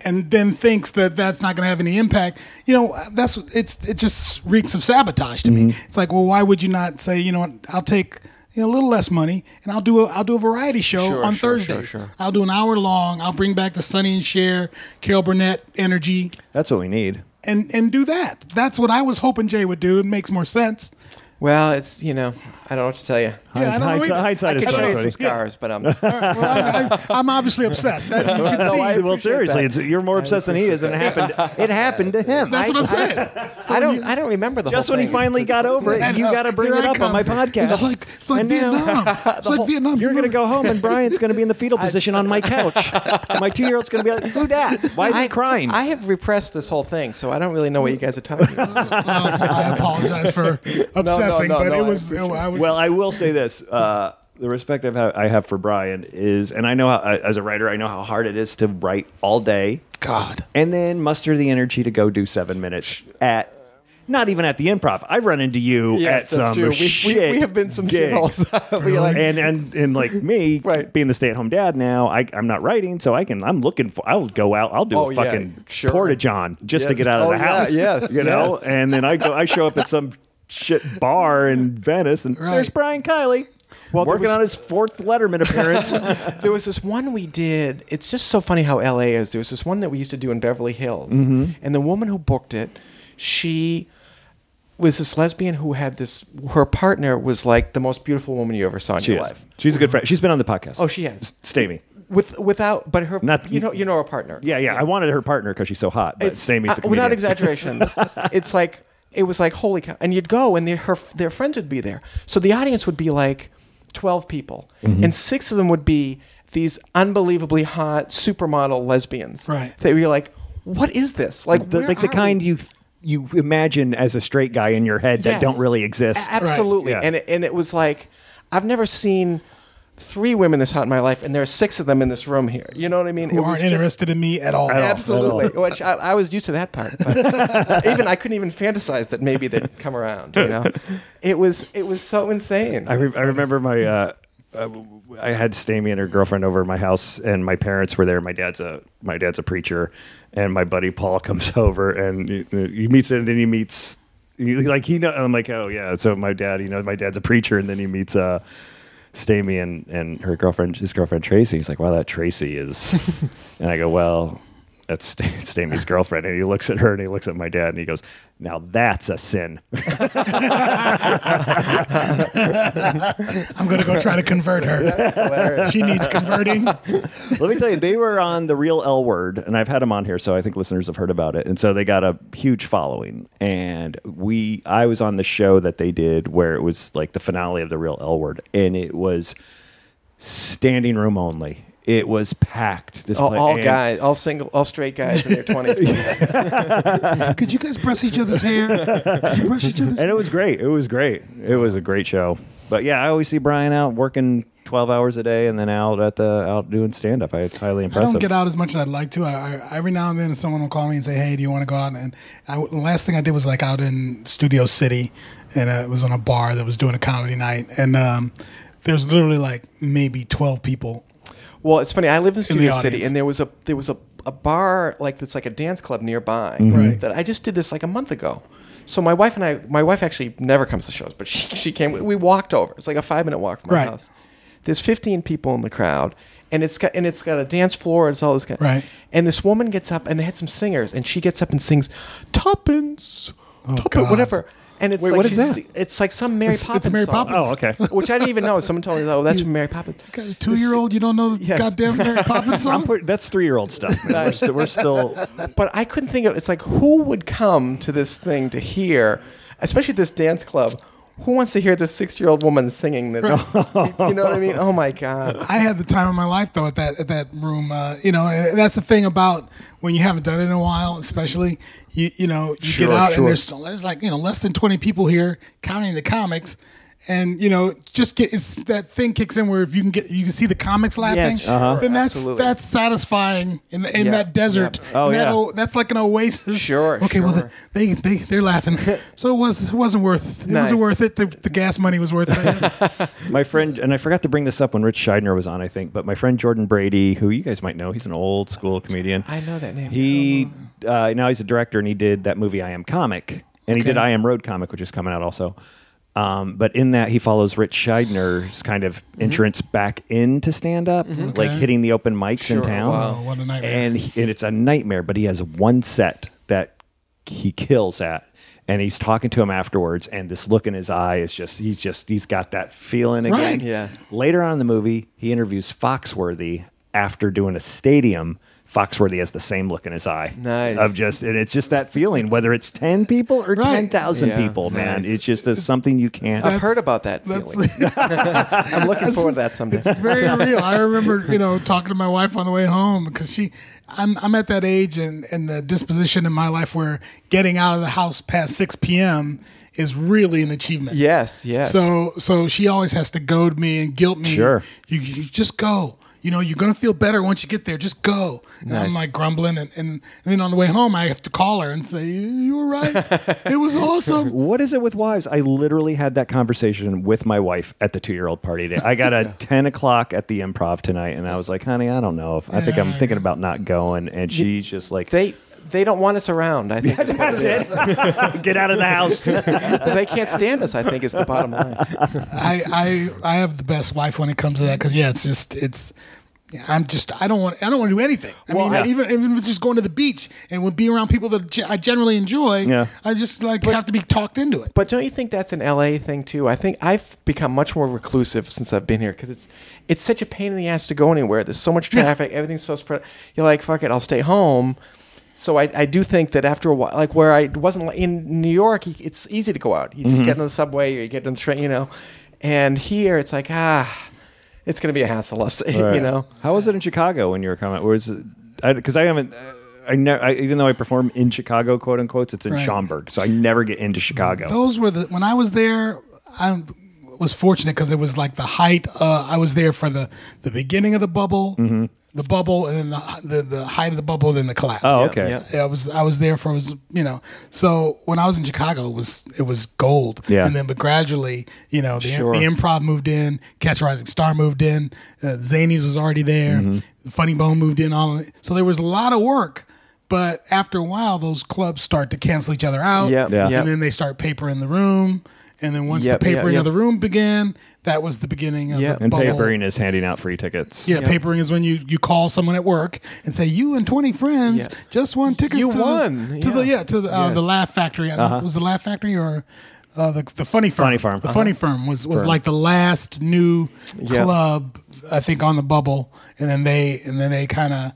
D: and then thinks that that's not going to have any impact. You know, that's it's it just reeks of sabotage to me.
F: Mm-hmm.
D: It's like, well, why would you not say, you know, what, I'll take. You know, a little less money, and I'll do a I'll do a variety show
F: Sure,
D: on
F: sure, sure,
D: Thursdays.
F: sure.
D: I'll do an hour long. I'll bring back the Sonny and Cher, Carol Burnett energy,
E: That's what we need.
D: and and do that. That's what I was hoping Jay would do. It makes more sense.
F: Well, it's you know, I don't know what to tell you.
D: Yeah, I don't know
E: Hindsight-
D: either.
E: hindsight
D: I
E: is
D: can
F: I show you
E: Sorry.
F: some scars, but
E: [laughs]
F: um, I'm.
D: well, I, I, I'm obviously obsessed. That, you can see.
E: I- well, seriously, it's, you're more obsessed than he is, and it happened. It happened to him.
D: That's what I'm saying. So
F: I
D: when
F: don't.
D: you-
F: I don't remember the
E: just
F: whole
E: when he
F: thing.
E: finally got over it,
D: and,
E: you
D: uh,
E: got to bring
D: here
E: it
D: I
E: up on
D: come.
E: my podcast.
D: It's like, it's like
E: And now-
D: Vietnam. It's like Vietnam.
E: [laughs] You're going to
D: Remember-
E: go home, and Brian's going to be in the
D: [laughs]
E: fetal position on my couch. my two year old's going to be like, Who dat? Why is
F: I,
E: he crying?
F: I have repressed this whole thing, so I don't really know what you guys are talking about.
D: Uh, I apologize for obsessing,
F: no,
D: but
F: no, I
D: it was. oh, I was
E: well, I will say this. Uh, the respect I've ha- I have for Brian is, and I know how, I- as a writer, I know how hard it is to write all day
D: God.
E: and then muster the energy to go do seven minutes at. Not even at the improv. I've run into you
F: Yes,
E: at
F: that's
E: some
F: true. We- we-
E: shit.
F: we have been some
E: gig.
F: shitholes. [laughs] We, like-
E: and and and like me,
F: [laughs] Right.
E: being the stay-at-home dad now, I, I'm not writing, so I can. I'm looking for. I'll go out. I'll do
F: Oh,
E: a
F: yeah,
E: fucking
F: sure.
E: porta john just to
F: Yes.
E: get out of
F: Oh,
E: the
F: yeah,
E: house. [laughs]
F: yes,
E: you know.
F: yes.
E: And then I go. I show up at some shit bar in Venice, and
D: Right.
E: there's Brian Kiley
F: Well, there
E: working
F: was-
E: on his fourth Letterman
F: [laughs]
E: appearance.
F: there was this one we did. It's just so funny how LA is. There was this one that we used to do in Beverly Hills,
E: Mm-hmm.
F: and the woman who booked it, she was this lesbian who had this. Her partner was like the most beautiful woman you ever saw in
E: she
F: your
E: is.
F: life.
E: She's a good friend. She's been on the podcast.
F: Oh, she has.
E: Stamy.
F: With without, but her.
E: Not-
F: you know, you know her partner.
E: Yeah, yeah. I wanted her partner because she's so hot. But Stamy's the
F: uh, without
E: comedian. [laughs]
F: exaggeration. it's like it was like holy cow, and you'd go, and their her their friends would be there, so the audience would be like twelve people,
E: Mm-hmm.
F: and six of them would be these unbelievably hot supermodel lesbians.
D: Right.
F: that you're like, what is this? Like,
E: the,
F: where
E: like the
F: are
E: kind
F: we?
E: you you imagine as a straight guy in your head that
F: Yes.
E: don't really exist.
F: A- Absolutely,
E: Right. Yeah.
F: and it, and it was like I've never seen. Three women this hot in my life, and there are six of them in this room here. You know what I mean? It
D: who
F: was
D: aren't
F: just-
D: interested in me at all.
F: Absolutely. Which I, I was used to that part.
D: [laughs]
F: But even I couldn't even fantasize that maybe they'd come around. You know, it was it was so insane.
E: I, re- I remember my uh, uh, I had Stamy and her girlfriend over at my house, and my parents were there. My dad's a my dad's a preacher, and my buddy Paul [laughs] comes over, and he, he meets and then he meets he- like he know. I'm like, oh yeah. So my dad, you know, my dad's a preacher, and then he meets uh, Stamy and and her girlfriend, his girlfriend Tracy. He's like, wow, that Tracy is, and I go, well. That's Sta- [laughs] Stamy's girlfriend, and he looks at her, and he looks at my dad, and he goes, "Now that's a sin."
D: I'm going to go try to convert her.
F: Hilarious.
D: She needs converting.
E: Let me tell you, they were on the real L word, and I've had them on here, so I think listeners have heard about it. And so they got a huge following. And we, I was on the show that they did where it was like the finale of the real L word, and it was standing room only. It was packed. This
F: all,
E: place-
F: Oh, all
E: and-
F: guys, all single, all straight guys in their twenties.
D: Could you guys brush each other's hair? Could you brush each other's
E: and it was great. It was great. It was a great show. But yeah, I always see Brian out working twelve hours a day, and then out at the out doing stand up. It's highly
D: I
E: impressive.
D: don't get out as much as I'd like to. I, I every now and then someone will call me and say, "Hey, do you want to go out?" And I, the last thing I did was like out in Studio City, and uh, it was on a bar that was doing a comedy night, and um, there's literally like maybe twelve people.
F: Well, it's funny. I live in Studio City,
D: audience.
F: and there was a there was a, a bar like that's like a dance club nearby
D: Right.
F: that I just did this like a month ago. So my wife and I, my wife actually never comes to shows, but [laughs] she, she came. We walked over. It's like a five minute walk from my
D: Right.
F: house. There's 15 people in the crowd, and it's got and it's got a dance floor. It's all this kind.
D: Right.
F: And this woman gets up, and they had some singers, and she gets up and sings, "Tuppence." Topo,
D: Oh, God.
F: whatever. And it's
E: Wait,
F: like
E: what is
F: she's-
E: that?
F: It's like some Mary
D: It's- it's
F: Poppins.
D: Mary
F: song.
D: Poppins.
E: Oh, okay.
F: Which I didn't even know. Someone told me, "Oh, that's from Mary Poppins."
D: [laughs] Got a two-year-old, you don't know the
F: Yes.
D: goddamn Mary Poppins song?
E: I'm put, that's three year old stuff. Man. We're, st- we're still.
F: But I couldn't think of. It's like who would come to this thing to hear, especially this dance club. Who wants to hear this six-year-old woman singing? That, you know what I mean? Oh my god!
D: I had the time of my life though at that at that room. Uh, you know, and that's the thing about when you haven't done it in a while, especially you you know you
F: Sure,
D: get out
F: sure.
D: and there's there's like you know less than twenty people here counting the comics. And you know, just get it's that thing kicks in where if you can get you can see the comics laughing,
F: Yes, Uh-huh.
D: then that's
F: absolutely.
D: that's satisfying in the, in
F: Yeah,
D: that desert.
F: yeah.
E: Oh,
D: In that
E: yeah.
D: o- that's like an oasis.
F: Sure,
D: Okay, well
F: sure.
D: they they they're
F: [laughs]
D: laughing, so it was it wasn't worth it
F: Nice.
D: wasn't worth it. The, the gas money was worth
F: [laughs]
D: it.
E: My friend, and I forgot to bring this up when Rich Scheidner was on, I think, but my friend Jordan Brady, who you guys might know, he's an old school comedian.
F: I know that name.
E: He uh, now he's a director, and he did that movie I Am Comic, and he did I Am Road Comic, which is coming out also. Um, but in that, he follows Rich Scheidner's kind of
D: Mm-hmm.
E: entrance back into stand up, like hitting the open mics in town.
D: oh, what a nightmare!
E: and, he- and it's a nightmare. But he has one set that he kills at, and he's talking to him afterwards, and this look in his eye is just he's just he's got that feeling again.
D: Right.
F: Yeah.
E: Later on in the movie, he interviews Foxworthy after doing a stadium. Foxworthy has the same look in his eye.
F: Nice.
E: Of just and it's just that feeling, whether it's ten people or
D: Right.
E: ten thousand
F: Yeah.
E: people, man.
F: Nice.
E: It's just there's something you can't
F: I've heard about that feeling. I'm looking forward to that someday.
D: [laughs] very real. I remember, you know, talking to my wife on the way home because she, I'm, I'm at that age and, and the disposition in my life where getting out of the house past 6 p.m. is really an achievement.
F: Yes, yes.
D: So, so she always has to goad me and guilt me.
E: Sure.
D: You, you just go. You know, you're going to feel better once you get there. Just go. And I'm
F: Nice.
D: like grumbling. And, and, and then on the way home, I have to call her and say, You you were right. it was awesome.
E: What is it with wives? I literally had that conversation with my wife at the two-year-old party today. I got
F: [laughs]
E: a ten o'clock at the Improv tonight, and I was like, "Honey, I don't know if I think I'm
D: Yeah.
E: thinking about not going." And she's just like,
F: they they don't want us around. I think is
E: [laughs]
F: what it
E: "That's
F: is.
E: it,
F: [laughs]
E: get out of the house."
F: But they can't stand us. I think is the bottom line.
D: I, I I have the best wife when it comes to that because yeah, it's just it's. I'm just I don't want I don't want to do anything. I mean,
E: yeah.
D: even even if it's just going to the beach and would be around people that ge- I generally enjoy.
E: Yeah.
D: I just like have to be talked into it.
F: But don't you think that's an LA thing too? I think I've become much more reclusive since I've been here because it's it's such a pain in the ass to go anywhere. There's so much traffic. Everything's so spread. You're like, fuck it, I'll stay home. So I, I do think that after a while, like where I wasn't li- in New York, you- it's easy to go out. You just
E: Mm-hmm.
F: get on the subway or you get on the train, you know. And here it's like ah, it's gonna be a hassle, I'll say, you know.
E: How was it in Chicago when you were coming? Was because I, haven't. I know, I, even though I perform in Chicago, quote unquote, it's in
D: Right.
E: Schaumburg, so I never get into Chicago.
D: Those were the when I was there. I was fortunate because it was like the height. Uh, I was there for the the beginning of the bubble,
E: Mm-hmm.
D: the bubble, and then the, the the height of the bubble, then the collapse.
E: oh, okay.
F: yeah.
D: Yeah, I was I was there for it was you know so when I was in Chicago it was it was gold
E: Yeah.
D: and then but gradually you know the,
F: Sure.
D: the improv moved in Catch a Rising Star moved in uh, Zanies was already there
F: Mm-hmm.
D: Funny Bone moved in all so there was a lot of work but after a while those clubs start to cancel each other out
F: Yep, Yeah. yep.
D: and then they start paper in the room and then once
F: Yep,
D: the
F: yep,
D: papering
F: yep.
D: of the room began that was the beginning of
F: Yep.
D: the
E: And
D: bubble.
E: papering is handing out free tickets.
D: Yeah, papering is when you, you call someone at work and say you and twenty friends
F: Yeah.
D: just won tickets
F: You
D: to
F: won,
D: the, to the
F: yeah.
D: yeah to the, uh,
F: Yes. Uh-huh.
D: the Laugh Factory. I don't know if it was the Laugh Factory or uh, the the Funny Firm.
E: Funny Farm,
D: The
E: uh-huh.
D: Funny Firm was was like the last new
F: Yeah.
D: club I think on the bubble, and then they and then they kind of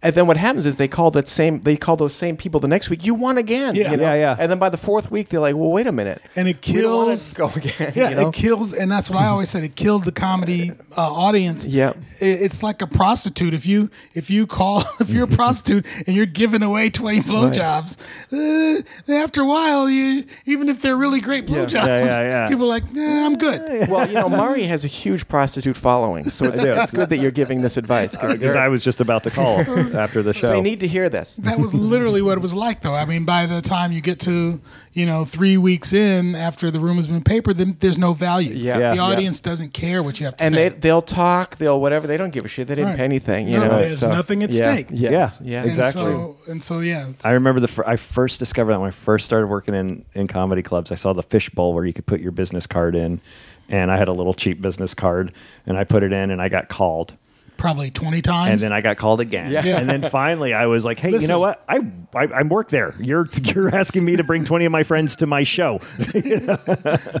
F: And then what happens is they call that same they call those same people the next week. You won again.
D: Yeah.
F: you know?
E: Yeah, yeah.
F: And then by the fourth week they're like, well, wait a minute.
D: and it
F: We don't wanna
D: kills
F: go again.
D: Yeah,
F: you know?
D: it kills, and that's what I always said. It killed the comedy uh, audience.
F: Yeah.
D: I- it's like a prostitute. If you if you call [laughs] if you're a prostitute and you're giving away twenty blowjobs, uh, after a while, you even if they're really great blowjobs,
E: Yeah, yeah, yeah.
D: people are like, nah, I'm good.
F: Well, you know, Mari has a huge prostitute following,
D: [laughs]
F: so it's, it's good that you're giving this advice.
D: Uh,
E: Because I was just about to
F: [laughs]
E: call after the show.
F: they need to hear this.
D: That was literally what it was like, though. I mean, by the time you get to you know three weeks in after the room has been papered, then there's no value.
F: Yeah.
E: Yeah.
D: the
E: Yeah.
D: audience doesn't care what you have to
F: And
D: say.
F: they they'll talk, they'll whatever. They don't give a shit. They didn't
D: Right.
F: pay anything. You
D: No,
F: know,
D: there's
F: so-
D: nothing at
F: yeah,
D: stake.
F: yes,
E: Yeah,
F: yeah,
D: and
E: exactly.
D: so, and so yeah,
E: I remember the fir- I first discovered that when I first started working in in comedy clubs. I saw the fishbowl where you could put your business card in, and I had a little cheap business card, and I put it in, and I got called
D: probably 20 times.
E: and then I got called again.
F: Yeah.
E: And then finally, I was like, "Hey, you
D: Listen.
E: know what? I, I I work there. You're [laughs] you're asking me to bring twenty of my friends to my show.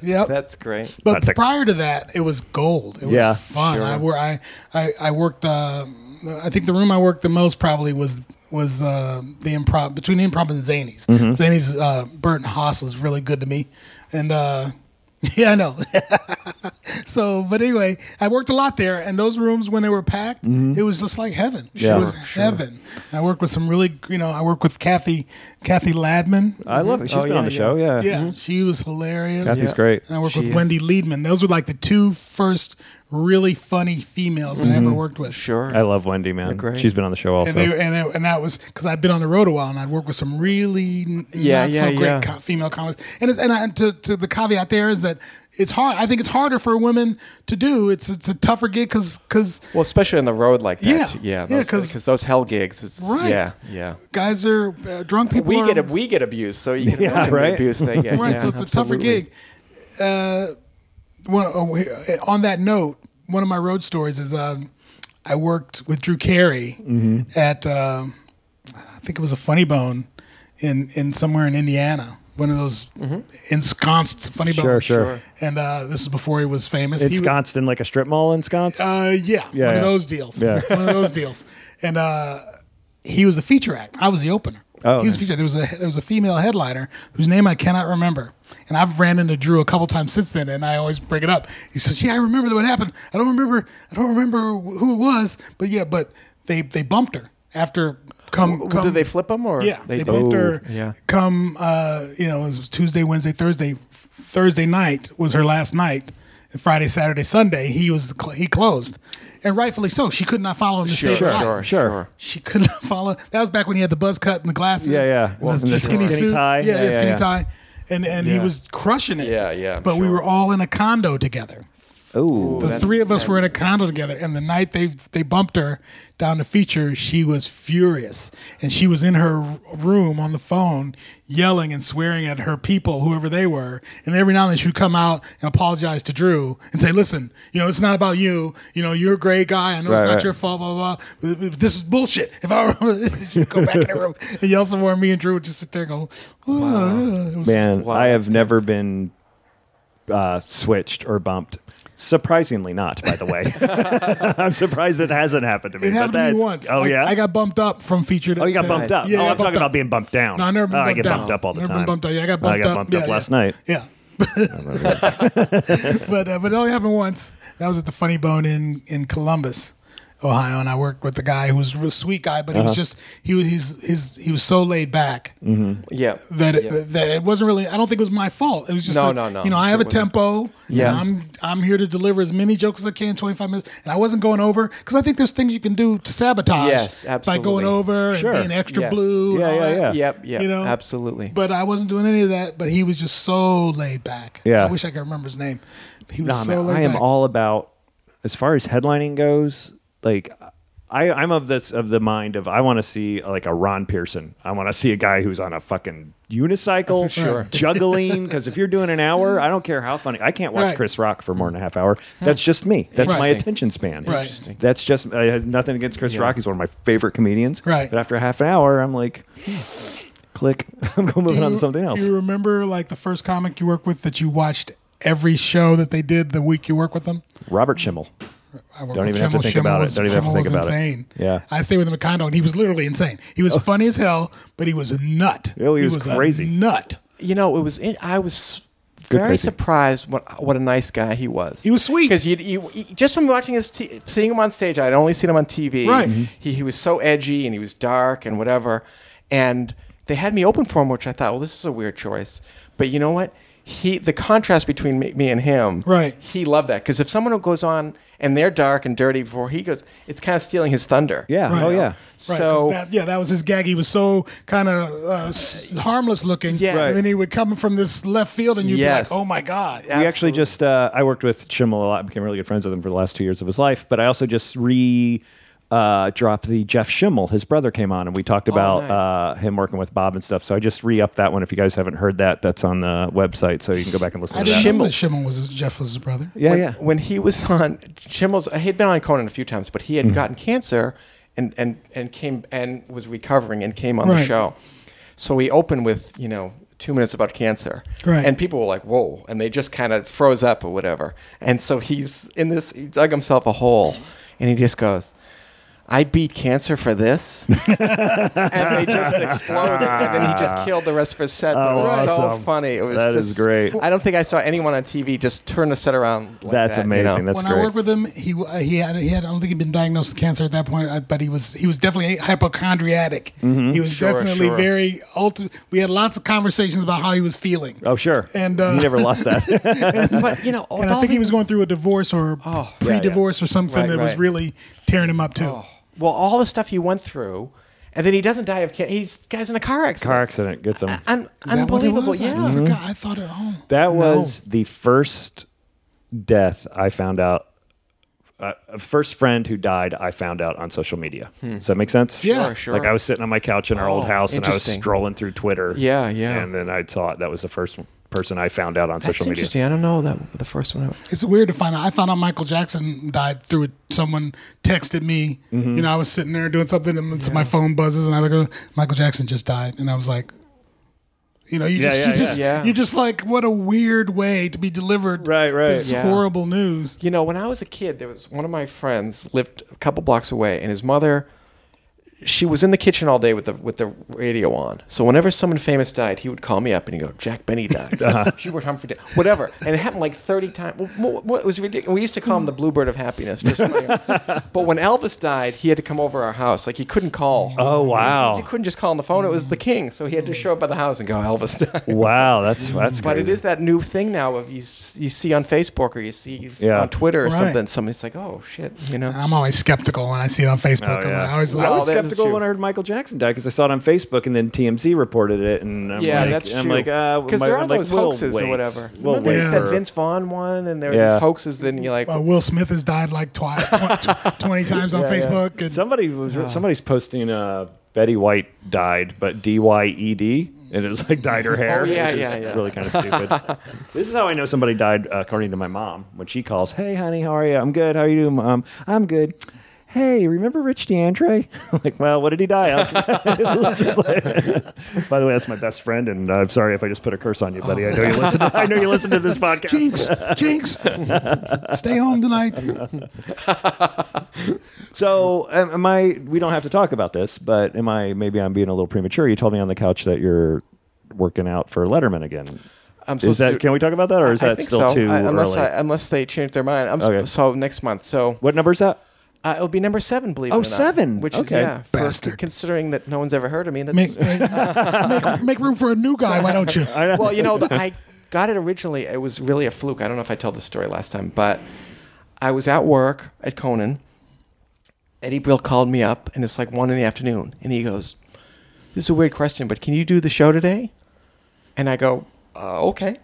D: yep.
F: That's great.
D: But
E: Not the-
D: prior to that, it was gold. It was
E: Yeah,
D: fun. I, wor- I I I worked. Uh, I think the room I worked the most probably was was uh, the improv between the improv and Zanies.
E: Mm-hmm.
D: Zanies uh, Burton Haas was really good to me, and uh, [laughs] yeah, I know. [laughs] so, but anyway, I worked a lot there, and those rooms when they were packed, it was just like heaven.
E: Mm-hmm. Sure,
D: it was heaven. I worked with some really, you know, I worked with Kathy Kathy Ladman.
E: I love it. She's
F: Oh,
E: been
F: yeah,
E: on the
F: yeah.
E: show. Yeah,
D: yeah, she was hilarious.
E: Kathy's
F: Mm-hmm. Yeah.
E: great.
D: And I worked with
F: She is-
D: Wendy Liedman. Those were like the two first really funny females I ever worked with.
F: Mm-hmm. Sure.
E: I love Wendy, man.
F: great.
E: She's been on the show also.
D: And, they, were- and, and that was because I'd been on the road a while and I'd worked with some really n-
F: Yeah,
D: not
F: yeah,
D: so great
F: yeah.
D: co- female comics. And, it's, and I, to, to the caveat there is that it's hard. I think it's harder for women to do. It's it's a tougher gig because
F: well, especially on the road like that.
D: Yeah.
F: Yeah.
D: Yeah,
F: Those,
D: 'cause-
F: because those hell gigs. It's,
D: Right.
F: Yeah. Yeah.
D: guys are uh, drunk people.
F: We
D: are,
F: get we get abused, so you can
E: Yeah,
F: imagine
E: right?
F: the abuse they get.
D: [laughs] Right,
F: yeah,
D: so it's a
F: absolutely.
D: tougher gig. Uh, one, oh, we- uh, on that note, one of my road stories is um, I worked with Drew Carey
F: Mm-hmm.
D: at um I think it was a Funny Bone in in somewhere in Indiana, one of those
F: Mm-hmm.
D: ensconced Funny Bones.
E: Sure, sure. Sure.
D: And uh, this is before he was famous. He-
E: Ensconced in like a strip mall ensconced.
D: uh, yeah, one
E: yeah.
D: of those deals.
E: Yeah.
D: one of those deals. And uh, he was the feature act. I was the opener.
E: Oh,
D: he was
E: nice.
D: featured. There was a there was a female headliner whose name I cannot remember. And I've ran into Drew a couple times since then, and I always bring it up. He says, "Yeah, I remember what happened. I don't remember. I don't remember wh- who it was, but yeah, but they they bumped her after come.
F: Well,
D: come
F: Did they flip them or
D: yeah, they,
F: They,
D: booked her.
F: yeah.
D: Come, uh, you know, it was Tuesday, Wednesday, Thursday. Thursday night was her last night. And Friday, Saturday, Sunday, he was cl- he closed, and rightfully so. She could not follow him to
F: Sure.
D: save her
F: Sure.
D: life. [laughs]
F: Sure.
E: Sure.
D: She could not [laughs] follow. That was back when he had the buzz cut and the glasses.
E: Yeah, yeah.
D: and
E: Well,
D: the,
E: and the
D: skinny,
E: skinny
D: suit.
E: tie.
D: Yeah,
E: Yeah,
D: yeah,
E: yeah,
D: skinny
E: yeah.
D: tie. And and he
F: Yeah.
D: was crushing it.
F: Yeah, yeah, I'm
D: But we
F: sure.
D: were all in a condo together.
E: oh,
D: The
F: that's-
D: three of us were in a
F: that's-
D: condo together, and the night they they bumped her down to feature, she was furious, and she was in her r- room on the phone, yelling and swearing at her people, whoever they were. And every now and then she would come out and apologize to Drew and say, "Listen, you know it's not about you. You know you're a great guy. I know it's
E: Right,
D: not
E: right.
D: your fault. Blah blah. blah. But- but This is bullshit. If I were, [laughs] she would go back in her room and yell some more, and me and Drew would just sit there and go, "Oh, uh," it was-
E: man,
F: Wow,
E: I have
F: that's
E: never been uh, switched or bumped. Surprisingly, not. By the way, [laughs] I'm surprised it hasn't happened to me.
D: It
E: but
D: happened to
E: that's-
D: me once.
E: Oh
D: I-
E: yeah,
D: I got bumped up from feature. to-
E: Oh, you got
D: to-
E: bumped up.
D: Yeah, I
E: oh,
D: got
E: I'm
D: bumped
E: talking
D: up.
E: about being bumped down.
D: No, I never been
E: oh, I
D: bumped
E: get
D: down.
E: bumped up all the
D: never
E: time. Oh,
D: Been bumped up. Yeah, I got bumped
E: I got
D: up.
E: bumped
D: yeah,
E: up
D: yeah.
E: last night.
D: Yeah. [laughs] but uh, but it only happened once. That was at the Funny Bone in in Columbus, Ohio, and I worked with a guy who was a real sweet guy, but he
F: Uh-huh.
D: was just he was he's, his he was so laid back
F: Yeah.
D: that it,
F: Mm. Yeah.
D: that it wasn't really. I don't think it was my fault. It was just
F: No,
D: that,
F: no, no.
D: You know, I
F: Sure
D: have a
F: wasn't.
D: tempo.
F: Yeah.
D: Yeah, I'm I'm here to deliver as many jokes as I can, in 25 minutes, and I wasn't going over because I think there's things you can do to sabotage.
F: Yes,
D: By going
F: absolutely.
D: over
E: Sure.
D: and being extra
F: Yes.
D: blue. and
E: Yeah,
D: all
E: yeah,
D: that.
E: yeah.
F: Yep. Yep.
D: You know?
F: absolutely.
D: But I wasn't doing any of that. But he was just so laid back.
E: Yeah.
D: I wish I could remember his name. He was
E: Nah,
D: so
E: man,
D: laid
E: I am
D: back.
E: all about as far as headlining goes. Like, I I'm of this of the mind of I want to see like a Ron Pearson. I want to see a guy who's on a fucking unicycle,
D: [laughs] Sure.
E: [laughs] juggling. Because if you're doing an hour, I don't care how funny. I can't watch
D: Right.
E: Chris Rock for more than a half hour. That's just me. That's my
D: Interesting.
E: attention span.
D: Right. Interesting.
E: That's just it has nothing against Chris Rock. He's one of my favorite comedians.
D: Right.
E: But after a half an hour, I'm like, click. [laughs] I'm going moving on to something else.
D: Do you remember like the first comic you worked with that you watched every show that they did the week you worked with them?
E: Robert Schimmel.
D: I worked
E: Don't
D: with
E: even have to
D: Schimmel.
E: think
D: Schimmel
E: about it.
D: was-
E: Don't even have to
D: Schimmel
E: think
D: was
E: about it.
D: insane.
E: Yeah.
D: I stayed with him at Condo, and he was literally insane. He was funny as hell, but he was a nut.
E: Oh, he was
D: a
E: crazy.
D: nut.
F: you know, it was. In, I was
E: Good
F: very
E: crazy.
F: surprised what what a nice guy he was. He
D: was sweet.
F: because you, you you- just from watching his t- seeing him on stage, I'd only seen him on TV.
D: Right.
E: Mm-hmm.
D: Mhm.
F: He he was so edgy and he was dark and whatever, and they had me open for him, which I thought, well, this is a weird choice. But you know what? He the contrast between me, me and him.
D: Right.
F: He loved that because if someone who goes on and they're dark and dirty before he goes, it's kind of stealing his thunder.
E: Yeah.
D: Right.
E: Oh yeah.
D: Right,
F: So
D: 'cause that, yeah, that was his gag. He was so kind of uh, s- harmless looking.
F: Yes. Right.
D: And then he would come from this left field, and you'd
F: Yes.
D: be like, "Oh my god!"
E: we actually
F: Absolutely.
E: just uh, I worked with Schimmel a lot, became really good friends with him for the last two years of his life. But I also just re uh, dropped the Jeff Schimmel. His brother came on, and we talked about
F: Oh, nice.
E: uh, him working with Bob and stuff. So I just re upped that one. If you guys haven't heard that, that's on the website, so you can go back and listen
D: I
E: to
D: didn't
E: that.
D: know
F: Schimmel.
D: that Schimmel was his- Jeff was his brother.
E: yeah,
F: when,
E: yeah.
F: when he was on Schimmel's, he had been on Conan a few times, but he
E: Mm.
F: had gotten cancer and, and, and came and was recovering and came on the
D: Right.
F: show. So we opened with, you know, two minutes about cancer.
D: Right.
F: And people were like, whoa. And they just kind of froze up or whatever. And so he's in this, he dug himself a hole and he just goes, I beat cancer
E: [laughs]
F: for this, and they just exploded, and then he just killed the rest of his set. but it
E: Oh,
F: was so
E: awesome.
F: funny. It was
E: That
F: just,
E: is great.
F: I don't think I saw anyone on TV just turn the set around. Like
E: That's
F: that, you know?
E: amazing. That's
D: when I
E: great.
D: worked with him, he w- uh, he had he had I don't think he'd been diagnosed with cancer at that point, uh, but he was he was definitely hypochondriatic.
E: Mm-hmm.
D: He was
F: Sure,
D: definitely
F: sure.
D: very ulti- We had lots of conversations about how he was feeling.
E: oh, sure.
D: And, uh,
E: you never lost
D: [laughs]
E: that.
F: But you know,
D: and I think he was going through a divorce or pre-divorce or something
F: Oh. Right,
D: that was
F: right. Oh.
D: really tearing him up too.
F: well, all the stuff he went through, and then he doesn't die of cancer. He's guys in a car accident.
E: Car accident gets him.
F: Un-
D: Is that what it
F: unbelievable.
D: was?
F: Yeah.
D: I forgot.
E: Mm-hmm.
D: I thought it. Oh,
E: That was the first death I found out. Uh, first friend who died, I found out on social media. Does that make sense?
D: Yeah.
F: Hmm. Sure, sure.
E: Like I was sitting on my couch in our old
F: Oh,
E: house and I was
F: interesting.
E: scrolling through Twitter.
F: Yeah, yeah.
E: And then I saw it. That was the first person I found out on
F: That's
E: social media.
F: interesting. I don't know that the first one.
D: it's weird to find out. I found out Michael Jackson died through it. Someone texted me. You know, I was sitting there doing something, and so my phone buzzes, and I look. Michael Jackson just died, and I was like, you know, you just,
E: yeah,
D: you just,
F: yeah. Yeah.
D: you just like, what a weird way to be delivered.
E: Right, right.
D: This
F: Yeah.
D: horrible news.
F: You know, when I was a kid, there was one of my friends lived a couple blocks away, and his mother, she was in the kitchen all day with the with the radio on. So whenever someone famous died, he would call me up and he'd go, "Jack
E: [laughs]
F: Benny died,
E: Uh-huh.
F: Hubert Humphrey died, whatever." And it happened like thirty times. Well, mo- mo- it was ridiculous. We used to call him the Bluebird of Happiness. Just
E: [laughs]
F: funny. but when Elvis died, he had to come over our house. Like he couldn't call.
E: Oh
F: You
E: wow. Mm.
F: couldn't just call on the phone. It was the king, so he had to show up by the house and go, "Elvis died."
E: Wow, that's that's
F: But it
E: crazy.
F: is that new thing now of you s- you see on Facebook or you see
E: Yeah.
F: on Twitter or
D: Right.
F: something. Somebody's like, oh shit, you know.
D: I'm always skeptical when I see it on Facebook.
E: Oh,
D: I'm
E: yeah.
D: like- I always,
E: I was
F: that is
E: skeptical
F: true.
E: when I heard Michael Jackson died because I saw it on Facebook and then TMZ reported it, and I'm
F: yeah,
E: like,
F: that's
E: I'm
F: true.
E: like, uh,
F: because
E: my-
F: there
E: I'm
F: are
E: like,
F: those
E: we'll
F: hoaxes
E: wait.
F: or whatever.
E: We'll
F: Remember there's
E: wait
F: that
E: for-
F: Vince Vaughn one, and there are
E: Yeah.
F: these hoaxes. Then you're like,
D: uh, Will Smith has died like twi- [laughs]
E: [laughs]
D: tw- twenty times on
E: Yeah, yeah.
D: Facebook. And,
E: Somebody was somebody's posting uh, Betty White died, but D Y E D, and it was like dyed her hair.
F: [laughs] Oh, yeah,
E: which is
F: yeah, yeah.
E: Really kind of
F: [laughs]
E: stupid. this is how I know somebody died, uh, according to my mom, when she calls, "Hey, honey, how are you? I'm good. How are you doing, mom? I'm good." Hey, remember Rich DeAndre? [laughs] like, well, what did he die of? [laughs] Just like- By the way, that's my best friend, and I'm sorry if I just put a curse on you, buddy. I know you listen. To, I know you listen to
F: [laughs]
E: this podcast.
D: Jinx,
E: [laughs]
D: Jinx, stay home tonight.
E: So am, am I? We don't have to talk about this, but am I? Maybe I'm being a little premature. You told me on the couch that you're working out for Letterman again.
F: I'm
E: Is
F: supposed
E: that?
F: to-
E: Can we talk about that, or is
F: I
E: that
F: think
E: still
F: so.
E: too
F: I- unless
E: early?
F: I, unless they change their mind. I'm s-
E: Okay.
F: so next month. So
E: what number is that?
F: uh, it'll be number seven, believe
E: Oh,
F: it or not.
E: seven.
F: which
E: Okay.
F: is yeah, for-
D: Bastard.
F: considering that no one's ever heard of me. That's,
D: Make, make, make, make room for a new guy. Why don't you?
F: well, you know, I got it originally. It was really a fluke. I don't know if I told this story last time, but I was at work at Conan. Eddie Brill called me up, and it's like one in the afternoon, and he goes, "This is a weird question, but can you do the show today?" And I go, uh, "Okay." And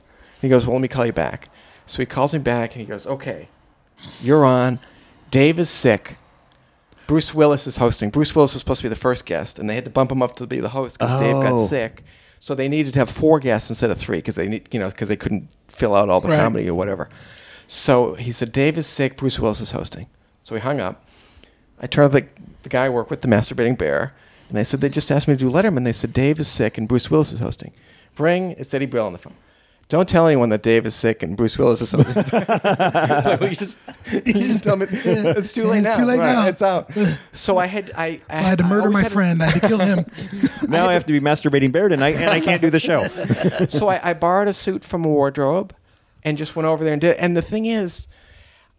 F: he goes, "Well, let me call you back." So he calls me back, and he goes, "Okay, you're on. Dave is sick." Bruce Willis is hosting. Bruce Willis was supposed to be the first guest, and they had to bump him up to be the host because Dave got
E: Oh.
F: sick. So they needed to have four guests instead of three because they need, you know, because they couldn't fill out all the
D: Right.
F: comedy or whatever. So he said, "Dave is sick. Bruce Willis is hosting." So we hung up. I turned to the, the guy I work with, the masturbating bear, and they said they just asked me to do Letterman. They said Dave is sick and Bruce Willis is hosting. Bring it's Eddie Brill on the phone. Don't tell anyone that Dave is sick and Bruce Willis is hosting.
D: [laughs]
F: [laughs] like, well, you just, you just tell me it's too late
D: It's
F: now.
D: too late now.
F: It's out. So I had I,
D: So I had to murder
F: always
D: my
F: had to-
D: friend. I had to kill [laughs] him.
E: Now I have to be masturbating bear tonight, and I can't do the
F: [laughs]
E: show.
F: so I, I borrowed a suit from a wardrobe and just went over there and did it. And the thing is,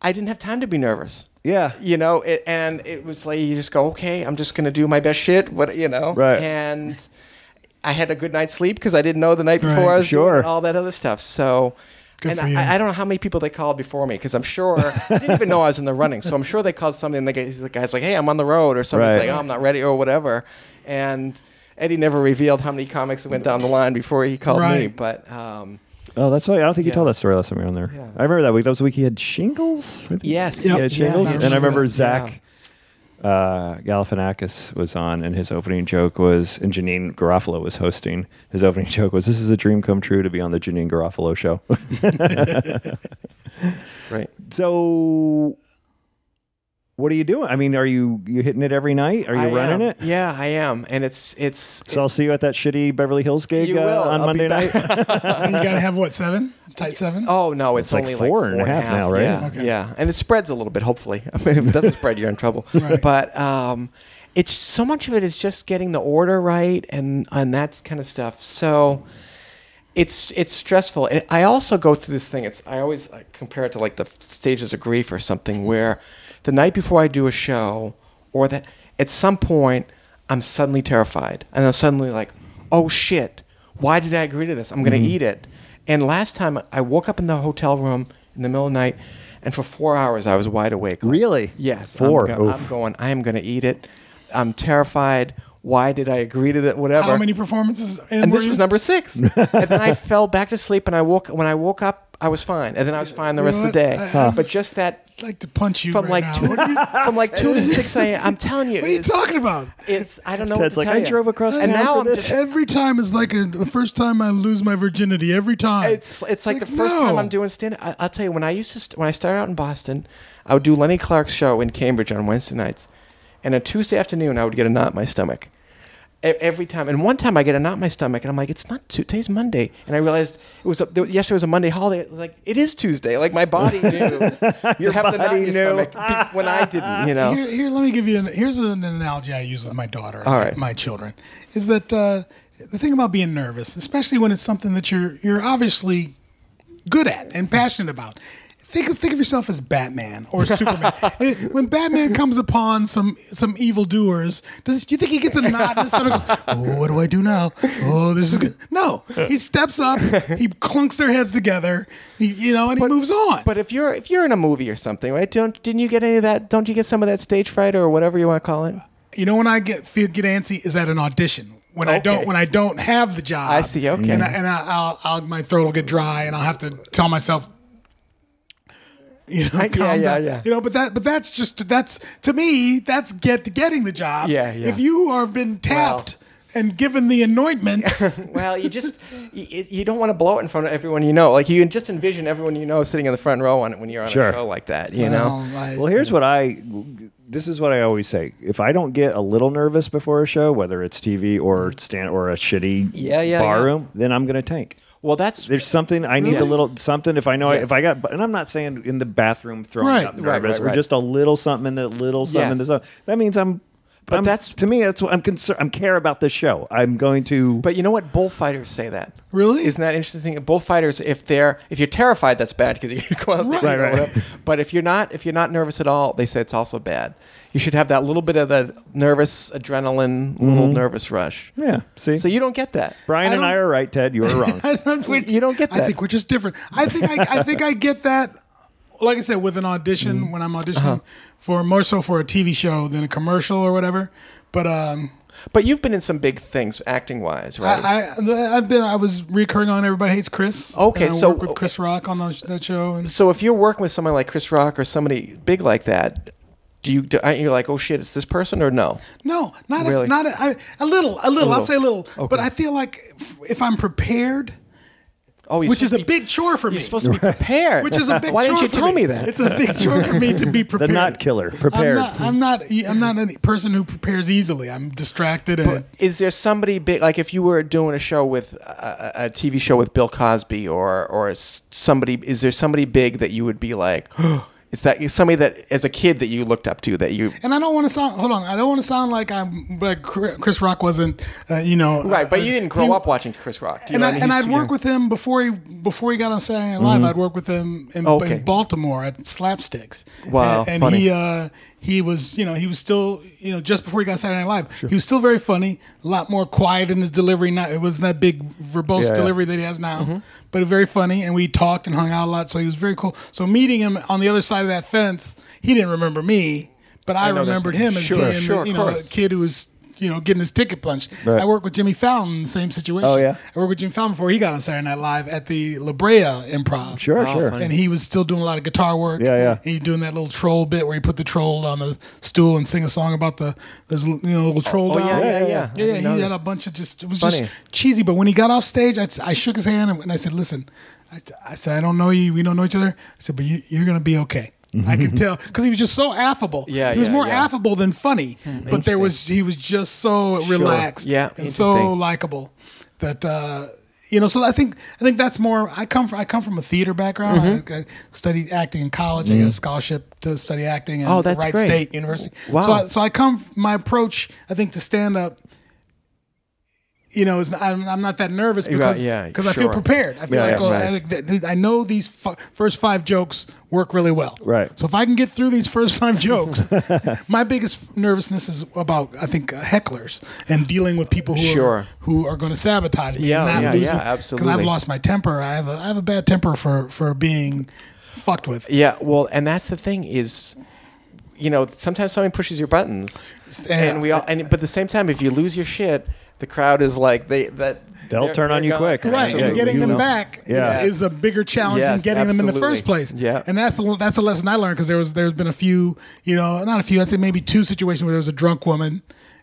F: I didn't have time to be nervous.
E: Yeah.
F: You know, it, and it was like, you just go, okay, I'm just going to do my best shit. What, you know?
E: Right.
F: And I had a good night's sleep because I didn't know the night before I was doing
E: sure.
F: all that other stuff. So.
D: Good
F: and
D: for you.
F: I, I don't know how many people they called before me because I'm sure I didn't even know I was in the running. So I'm sure they called somebody and the guy- the guy's like, "Hey, I'm on the road," or somebody's
E: Right.
F: like, "Oh, I'm not ready," or whatever. And Eddie never revealed how many comics went down the line before he called me.
D: Right.
F: But um,
E: Oh, that's why I don't think you
F: Yeah.
E: told that story last time you were on there. I remember that week. That was the week he had shingles. I think.
F: Yes.
E: he
D: Yep.
E: had
D: Yeah,
E: shingles,
D: I
E: and I remember
F: remember this,
E: Zach.
F: yeah.
E: uh, Galifianakis was on, and his opening joke was, and Janine Garofalo was hosting. His opening [laughs] joke was, "This is a dream come true to be on the Janine Garofalo show." [laughs]
F: Right.
E: so, what are you doing? I mean, are you you hitting it every night? Are you
F: I
E: running
F: am.
E: it?
F: Yeah, I am, and it's it's.
E: So I'll see you at that shitty Beverly Hills gig
F: you
E: uh,
F: will
E: on
F: I'll
E: Monday
F: be
E: night.
F: back.
D: you gotta have what seven? Tight seven?
F: [laughs] Oh no, it's,
E: like
F: only
E: four
F: like
E: and a half now, right?
F: Yeah,
D: Okay.
F: yeah, and it spreads a little bit. Hopefully, [laughs] I mean, if it doesn't spread, you're in trouble.
D: Right.
F: But um, it's so much of it is just getting the order right and and that kind of stuff. So it's it's stressful. And I also go through this thing. It's I always uh, compare it to like the stages of grief or something, where the night before I do a show, or that at some point I'm suddenly terrified, and I'm suddenly like, oh shit, why did I agree to this? I'm
E: Mm-hmm.
F: gonna eat it. And last time I woke up in the hotel room in the middle of the night, and for four hours I was wide awake. like,
E: Really?
F: Yes.
E: Four.
F: I'm, go- I'm
E: Oof.
F: going. I am gonna eat it. I'm terrified. Why did I agree to that? Whatever
D: How many performances? In
F: and
D: were
F: this
D: you?
F: was
E: [laughs]
F: number six. and then I fell back to sleep, and I woke. When I woke up, I was fine, and then I was fine the
D: You
F: rest
D: know
F: of the
D: what?
F: day.
D: I- Huh.
F: But just that
D: I'd like to punch you
F: from
D: right
F: like
D: now.
F: two,
D: What are you,
F: [laughs] from like two to six a.m. I'm telling you,
D: what are you
F: it's,
D: talking about?
F: it's I don't know.
E: Ted's
F: what to
E: like,
F: tell
E: I
F: you.
E: drove across
F: and
E: town
F: now
E: for
F: I'm
E: this.
F: just.
D: Every time is like a, the first time I lose my virginity. Every time.
F: It's it's like, the first time
D: no.
F: I'm doing stand. I, I'll tell you when I used to st- when I started out in Boston, I would do Lenny Clark's show in Cambridge on Wednesday nights, and on Tuesday afternoon I would get a knot in my stomach. E- Every time, and one time I get a knot in my stomach, and I'm like, "It's not Tu- today's Monday," and I realized it was a, there, yesterday was a Monday holiday. Like it is Tuesday. Like my body
D: [laughs]
F: knew your have the knot in
E: body
F: your
E: knew.
F: stomach be- when I didn't. You know,
D: Here, here, let me give you an, here's an analogy I use with my daughter,
F: All right.
D: my children, is that uh, the thing about being nervous, especially when it's something that you're you're obviously good at and passionate about. Think of, think of yourself as Batman or
F: [laughs]
D: Superman. Eh, when Batman comes upon some some evildoers, does do you think he gets a nod? And sort of,
F: [laughs]
D: oh, what do I do now? Oh, this is good. No, he steps up, he clunks their heads together, he, you know, and he moves on.
F: but if you're if you're in a movie or something, right? Don't didn't you get any of that? Don't you get some of that stage fright or whatever you want to call it?
D: You know when I get feel, get antsy is at an audition. When I don't
F: Okay.
D: when I don't have the job.
F: I see, okay.
D: And I, and I, I'll, I'll my throat will get dry and I'll have to tell myself. You know,
F: [laughs] Yeah,
D: calm
F: yeah,
D: down.
F: yeah.
D: You know, but that but that's just that's to me that's get getting the job.
F: Yeah, yeah.
D: If you are been tapped and given the
F: [laughs]
D: anointment,
F: Well, you just you, you don't want to blow it in front of everyone you know. Like you just envision everyone you know sitting in the front row on it when you're on
E: Sure.
F: a show like that. You
D: well,
F: know,
D: I-
E: Well, here's what I. This is what I always say. If I don't get a little nervous before a show, whether it's TV or stand or a shitty
F: Yeah, yeah,
E: bar
F: yeah.
E: room, then I'm gonna tank.
F: well that's
E: There's something I need a
F: Really?
E: little something. If I know I,
F: Yes.
E: if I got, and I'm not saying in the bathroom throwing
D: Right.
E: up
D: Right,
E: nervous,
F: right,
E: or
F: right.
E: just a little something in the little something in the
F: Yes.
E: something. That means I'm. But
F: that's-
E: to me. That's what I'm concerned. I'm care about this show. I'm going to.
F: but you know what bullfighters say that
D: Really?
F: isn't that interesting? Bullfighters, if they're if you're terrified, that's bad because you [laughs] go out there.
E: Right,
F: you know,
E: right.
F: whatever. But if you're not if you're not nervous at all, they say it's also bad. You should have that little bit of the nervous adrenaline, little nervous rush.
E: yeah. See,
F: So you don't get that.
E: Brian and I are Mm-hmm. right. Ted,
F: [laughs]
E: you are wrong.
D: [laughs] I don't think-
F: You don't get
D: I
F: that.
D: think we're just different. I think I, I think I get that. Like I said, with an audition
F: Mm-hmm.
D: when I'm auditioning
F: Uh-huh.
D: for more so for a TV show than a commercial or whatever. But um,
F: But you've been in some big things acting wise, right?
D: I, I I've been I was recurring on Everybody Hates Chris.
F: Okay,
D: and I
F: so-
D: work with Chris Rock on those, that show. And
F: So if you're working with someone like Chris Rock or somebody big like that, do you do, aren't you like, oh shit, it's this person or no?
D: no, not a,
F: Really?
D: not a, I, a little, a little. I'll
F: little.
D: say a little. But
F: Okay.
D: I feel like if- if I'm prepared,
F: Oh, you're
D: which is
F: supposed
D: a big chore for me.
F: to be, you're supposed to be prepared.
D: which is a big
F: [laughs] Why
D: chore
F: didn't you
D: for
F: tell me, that?
D: It's a big chore for me
F: [laughs]
D: to be
E: the
D: prepared.
E: not killer. Prepared.
D: I'm not. I'm not. I'm not any person who prepares easily. I'm distracted and
F: is there somebody big like if you were doing a show with a, a a TV show with Bill Cosby or or s- somebody? Is there somebody big that you would be like? [gasps] Is that is somebody that as a kid that you looked up to that you?
D: and I don't want to sound. Hold on. I don't want to sound like I'm. Like Chris Rock wasn't. Uh, you know.
F: Right, but
D: uh,
F: you didn't grow
D: he-
F: up watching Chris Rock. Do you
D: And,
F: know
D: I,
F: what
D: and
F: He's
D: I'd
F: too
D: work
F: young.
D: with him before he before he got on Saturday Night Live. I'd work with him in,
F: Mm-hmm. Okay.
D: in Baltimore at Slapsticks.
F: Wow,
D: and, and
F: funny.
D: he uh, he was you know he was still you know just before he got Saturday Night Live he was still very funny. A lot more quiet in his delivery. Not it wasn't that big verbose
E: Yeah, yeah.
D: delivery that he has now,
F: Mm-hmm.
D: but very funny. And we talked and hung out a lot, so he was very cool. So meeting him on the other side of that fence, he didn't remember me, but I,
F: know that
D: remembered
F: feeling.
D: him as
F: Sure,
D: being
F: sure, of
D: you know a
F: course.
D: kid who was you know, getting his ticket punched.
E: Right.
D: I worked with Jimmy Fallon in the same situation.
E: Oh, yeah?
D: I worked with Jimmy Fallon before he got on Saturday Night Live at the La Brea Improv.
F: Oh,
E: Sure, sure.
D: And he was still doing a lot of guitar work.
E: Yeah, yeah.
D: He doing that little troll bit where he put the troll on the stool and sing a song about the there's you know little troll.
F: Oh,
D: doll.
F: yeah, yeah, yeah. I
D: Yeah,
F: didn't know
D: he had
F: this.
D: a bunch of just it was
F: Funny.
D: just cheesy. But when he got off stage, I, I shook his hand and, and I said, "Listen, I, I said I don't know you. We don't know each other." I said, "But you, you're gonna be okay."
E: [laughs]
D: I could tell because he was just so affable.
F: Yeah,
D: he was
F: yeah,
D: more
F: yeah. Hmm.
D: affable than funny, but there was he was just so relaxed,
F: Yeah,
D: and so
F: interesting.
D: likable that uh, you know. So I think I think that's more. I come from I come from a theater background.
F: Mm-hmm.
D: I, I studied acting in college. I got a scholarship to study acting at
F: Oh, that's
D: Wright
F: great.
D: State University.
F: Wow.
D: So I, so I come my approach. I think to stand up you know, it's not, I'm, I'm not that nervous
F: You're
D: because
F: right, yeah,
D: cause I feel
F: sure.
D: prepared. I feel
E: Yeah,
D: like
E: yeah,
D: oh,
F: right.
D: I, think that- that I know these fu- first five jokes work really well.
E: Right.
D: So if I can get through these first five jokes, [laughs] my biggest nervousness is about I think uh, hecklers and dealing with people who
F: Sure.
D: are, who are going to sabotage me.
F: Yeah,
D: and not
F: yeah,
D: losing,
F: yeah,
D: Because
F: absolutely.
D: I've lost my temper. I have a, I have a bad temper for for being fucked with.
F: Yeah, well, and that's the thing is, you know, sometimes somebody pushes your buttons, and we all. And but at the same time, if you lose your shit, the crowd is like they that
E: They'll
F: they're-
E: turn on
F: they're
E: you
F: going-
E: quick.
D: Right,
E: Absolutely.
D: and getting
E: You
D: them
E: know.
D: back
E: Yeah.
D: is, is a bigger challenge
F: Yes,
D: than getting them in the
F: absolutely.
D: first place.
F: Yeah.
D: and that's the- that's a lesson I learned because there was there's been a few, you know, not a few, I'd say maybe two situations where there was a drunk woman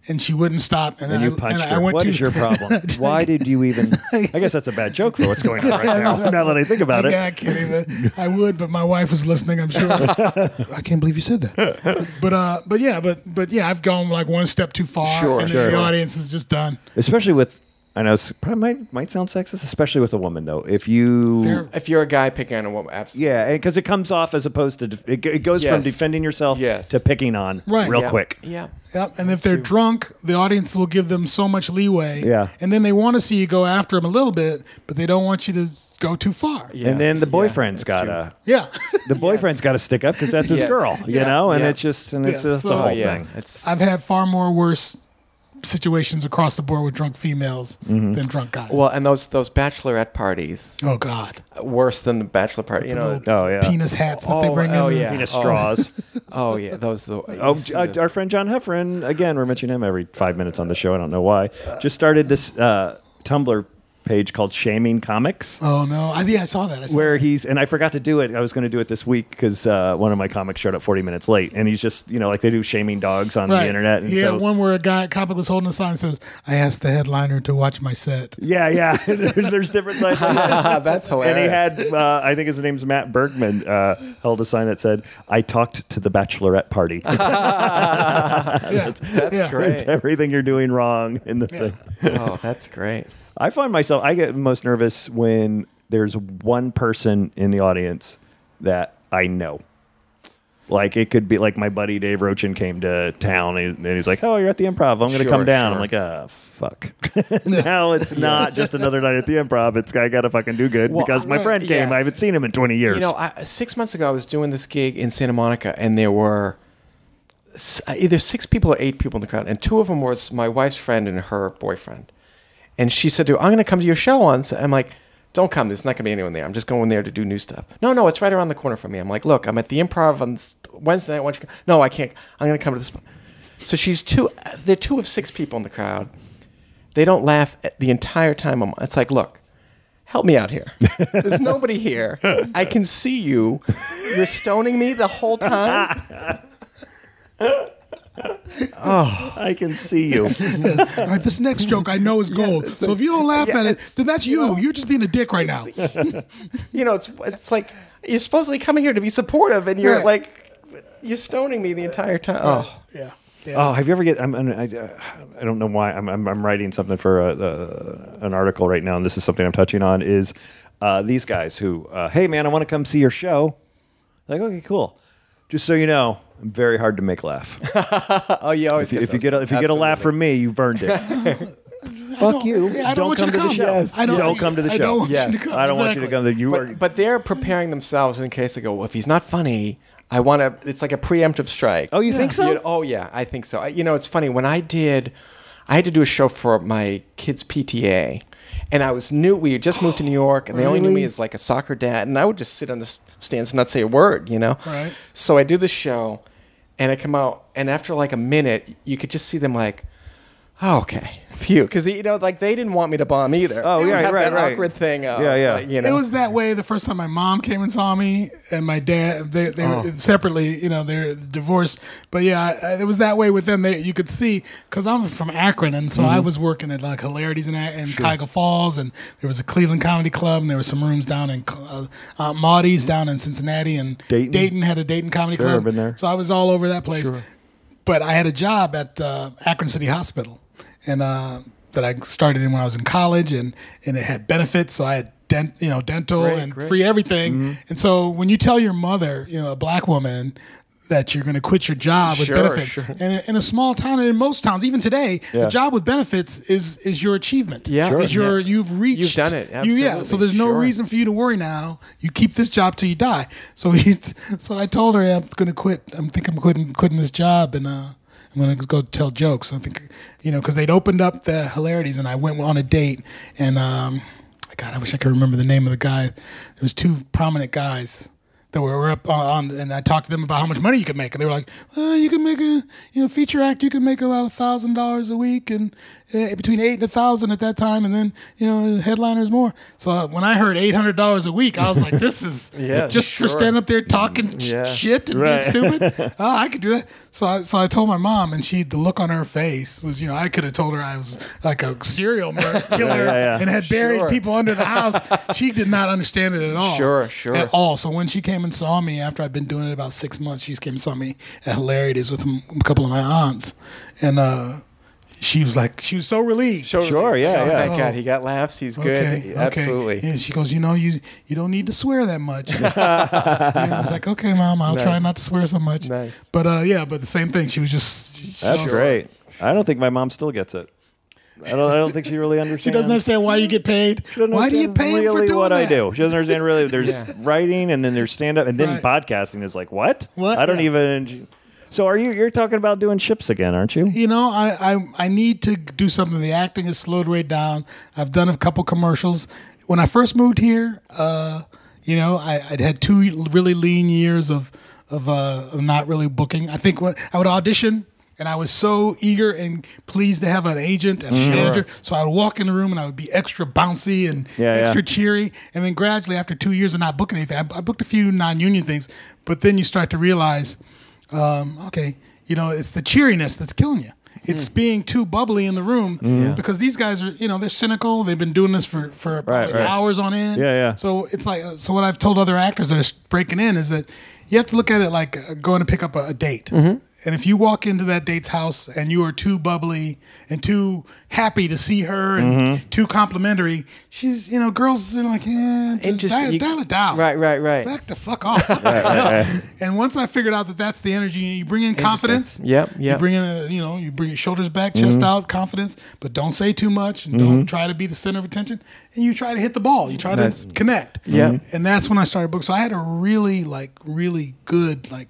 D: and she wouldn't stop, and,
E: And
D: I,
E: you punched
D: and I
E: her.
D: went
E: What
D: to, [laughs]
E: is your problem? Why did you even? I guess that's a bad joke for what's going on
D: [laughs]
E: right now. Now that I think about it,
D: Yeah, I can't even. I would, but my wife was listening. I'm
E: [laughs]
D: sure. I can't believe you said that. But uh, but yeah, but but yeah, I've gone like one step too far,
F: Sure,
D: and
F: sure.
D: then the audience is just done.
E: especially with, I know it's probably might might sound sexist, especially with a woman though. If you
D: They're-
F: If you're a guy picking on a woman, absolutely.
E: Yeah, because it comes off as opposed to def- it, g- it goes from
F: Yes.
E: defending yourself
F: Yes.
E: to picking on
D: Right.
E: real
D: Yeah.
E: quick.
F: Yeah.
D: Yep. And if they're drunk, the audience will give them so much leeway.
E: Yeah.
D: And then they want to see you go after them a little bit, but they don't want you to go too far.
F: Yeah.
E: And then the
F: Yeah,
E: boyfriend's
F: that's
E: gotta
D: Yeah. [laughs]
E: the boyfriend's gotta stick up because that's his
F: Yes.
E: girl, you
F: Yeah.
E: know. And
F: Yeah.
E: it's just and it's,
D: Yeah,
E: it's a
D: so-
E: whole
F: Oh yeah.
E: thing.
F: It's
D: I've had far more worse situations across the board with drunk females
E: Mm-hmm.
D: than drunk guys.
F: well, and those those bachelorette parties
D: oh God.
F: worse than the bachelor party. You know.
E: Oh yeah,
D: Penis hats that they
F: Oh,
D: bring
F: oh,
D: in.
F: yeah.
E: Penis
F: Oh. [laughs]
E: straws.
F: Oh yeah, those the.
E: Oh, uh, our friend John Heffron, again, we're mentioning him every five minutes on the show. I don't know why. Just started this uh, Tumblr page called Shaming Comics.
D: Oh no. I yeah, I saw that. I saw
E: where he's and I forgot to do it. I was going to do it this week because uh, one of my comics showed up 40 minutes late, and he's just you know like they do shaming dogs on
D: Right.
E: the internet. And
D: yeah,
E: so,
D: one where a guy comic was holding a sign that says, I asked the headliner to watch my set.
E: yeah, yeah. [laughs] there's, there's different sides. Of
D: [laughs]
E: that.
F: that's hilarious.
E: And he had, uh, I think his name's Matt Bergman, uh, held a sign that said, "I talked to the bachelorette
D: [laughs]
E: party." [laughs]
D: Yeah. That's [laughs] yeah.
F: great.
E: it's everything you're doing wrong in the thing.
F: oh, that's great.
E: I find myself I get most nervous when there's one person in the audience that I know. Like it could be like my buddy Dave Rochin came to town and and he's like, "Oh, you're at the Improv. I'm going to
F: Sure,
E: come down."
F: sure.
E: I'm like, "Ah,
F: [laughs]
E: fuck." [laughs] now it's not just another night at the Improv. It's I got to fucking do good
F: Well,
E: because my
F: I-
E: friend came.
F: yes.
E: I haven't seen him in 20 years.
F: You know, I, six months ago, I was doing this gig in Santa Monica, and there were s- uh, either six people or eight people in the crowd, and two of them was my wife's friend and her boyfriend. And she said, "Dude, I'm going to come to your show on." So I'm like, "Don't come. There's not going to be anyone there. I'm just going there to do new stuff." No, no, it's right around the corner from me. I'm like, "Look, I'm at the Improv on s- Wednesday night. Why don't you come? No, I can't. I'm going to come to this." So she's two. uh, They're two of six people in the crowd. They don't laugh at the entire time. I'm, it's like, look, help me out here. There's nobody here. I can see you. You're stoning me the whole time.
E: I can
F: [laughs]
E: see you.
D: All right, this next joke I know is gold. so if you don't laugh
F: yeah,
D: at it,
F: it's-
D: then that's you. You're just being a dick right now.
F: You know, it's it's like you're supposedly coming here to be supportive, and you're
D: Right.
F: like, you're stoning me the entire time. Oh,
D: Yeah. Yeah.
E: Oh, have you ever get? I'm, I'm, I, uh, I don't know why. I'm, I'm, I'm writing something for a, uh an article right now, and this is something I'm touching on. Is uh, these guys who, uh, hey man, I want to come see your show. Like, okay, cool. Just so you know, I'm very hard to make [laughs] laugh.
F: oh, you always
E: If you, if you get a, if you get a laugh from me, you've earned [laughs] it. Fuck you!
D: Yeah, I don't want you
E: come to
D: to
E: the
D: come.
E: show.
D: Yes. I
E: You
D: don't-
E: don't come to the
D: I
E: show.
D: don't want you
E: Yeah.
D: to come.
E: I don't want you to
D: Exactly.
E: come. You are
F: But, but they're preparing themselves in case they go. Well, if he's not funny, I want to. It's like a preemptive strike.
E: Oh, you think so?
F: You know, oh, yeah, I think so. I, you know, it's funny when I did. I had to do a show for my kids' PTA, and I was new. We had just moved to New York, and they only knew me as like a soccer dad, and I would just sit on the s- stands and not say a word, you know.
D: Right.
F: So I do the show, and I come out, and after like a minute, you could just see them like, okay, phew, because you know, like they didn't want me to bomb either.
E: Oh,
F: They would
E: right,
F: have
E: right,
F: that
E: right.
F: awkward thing. Of,
E: Yeah, yeah.
F: like, you know,
D: It was that way the first time my mom came and saw me, and my dad. They they were separately, you know, they're divorced. But yeah, I, I- it was that way with them. They you could see because I'm from Akron, and so I was working at like Hilarities in, A- in Cuyahoga Falls, and there was a Cleveland Comedy Club, and there were some rooms down in uh, Aunt Maudie's down in Cincinnati, and
E: Dayton.
D: had a Dayton Comedy
E: Sure,
D: Club.
E: been there.
D: So I was all over that place. But I had a job at uh, Akron City Hospital, and uh, that I started in when I was in college, and and it had benefits, so I had dent, you know, dental and free everything.
F: Mm-hmm.
D: And so when you tell your mother, you know, a black woman. That you're going to quit your job with
F: Sure,
D: benefits,
F: sure.
D: and in a small town and in most towns, even today,
E: Yeah.
D: a job with benefits is is your achievement.
F: Yeah. Sure.
D: is your you've reached
F: You've done it,
D: you- yeah, so
F: absolutely,
D: there's no
F: sure.
D: reason for you to worry now. You keep this job till you die. So he, [laughs] so I told her I'm gonna quit. I'm think I'm quitting quitting this job and uh, I'm gonna go tell jokes. I think you know because they'd opened up the hilarities and I went on a date and um, God, I wish I could remember the name of the guy. There was two prominent guys. That were were up on, and I talked to them about how much money you could make, and they were like, uh, "You can make a, you know, feature act. You can make about a thousand dollars a week, and uh, between eight and a thousand at that time, and then you know, headliners more." So uh, when I heard eight hundred dollars a week, I was like, "This is [laughs]
F: Yeah,
D: just
F: sure.
D: for standing up there talking sh-
F: Yeah.
D: shit and
E: Right.
D: being stupid. oh, I could do that." So I, so I told my mom, and she the look on her face was, you know, I could have told her I was like a serial murder killer
E: yeah, yeah.
D: and had buried
F: Sure.
D: people under the house. she did not understand it at all.
F: Sure, sure.
D: At all. So when she came and saw me after I'd been doing it about six months, she came and saw me at Hilarities with m- a couple of my aunts, and uh, she was like, she was so relieved.
E: Sure, yeah,
F: Oh,
E: yeah.
F: Thank God he got laughs. He's good. Absolutely.
D: Yeah, she goes, you know, you you don't need to swear that much. [laughs] Yeah, I was like, okay, mom, I'll try not to swear so much.
F: Nice.
D: But uh, yeah, but the same thing. She was just she
E: That's
D: was-
E: great. I don't think my mom still gets it. I don't. I don't think she really understands.
D: [laughs] She doesn't understand why you get paid.
E: doesn't
D: Why do you
E: understand
D: pay him
E: really
D: for doing
E: what
D: that?
E: I do? She doesn't understand really. There's writing, and then there's stand up, and then
D: Right.
E: podcasting is like what?
D: What?
E: I don't
D: Yeah.
E: even. So are you? You're talking about doing ships again, aren't you?
D: you know, I, I I need to do something. The acting has slowed way down. I've done a couple commercials. When I first moved here, uh, you know, I, I'd had two really lean years of of, uh, of not really booking. I think when I would audition. And I was so eager and pleased to have an agent
E: Mm-hmm.
D: and a manager. So I would walk in the room and I would be extra bouncy and
E: Yeah, yeah.
D: extra cheery. And then gradually, after two years of not booking anything, I, I booked a few non union things. But then you start to realize um, okay, you know, it's the cheeriness that's killing you. It's
E: Hmm.
D: being too bubbly in the room because these guys are, you know, they're cynical. They've been doing this for for probably
E: right.
D: hours on end.
E: Yeah, yeah.
D: So it's like, uh, so what I've told other actors that are s- breaking in is that you have to look at it like uh, going to pick up a, a date.
E: Mm-hmm.
D: And if you walk into that date's house and you are too bubbly and too happy to see her and
E: Mm-hmm.
D: too complimentary, she's, you know, girls are like, eh, just,
F: just-
D: dial,
F: you-
D: dial it down.
F: Right, right, [laughs] right.
D: Back the fuck off. [laughs] And once I figured out that that's the energy, you bring in confidence.
F: Yep,
D: You
F: yep. Mm-hmm.
D: bring in, a, you know, you bring your shoulders back, chest out, confidence, but don't say too much and don't try to be the center of attention. And you try to hit the ball. You try
F: Nice.
D: to connect.
F: Yeah.
D: And that's when I started book. So I had a really like really good like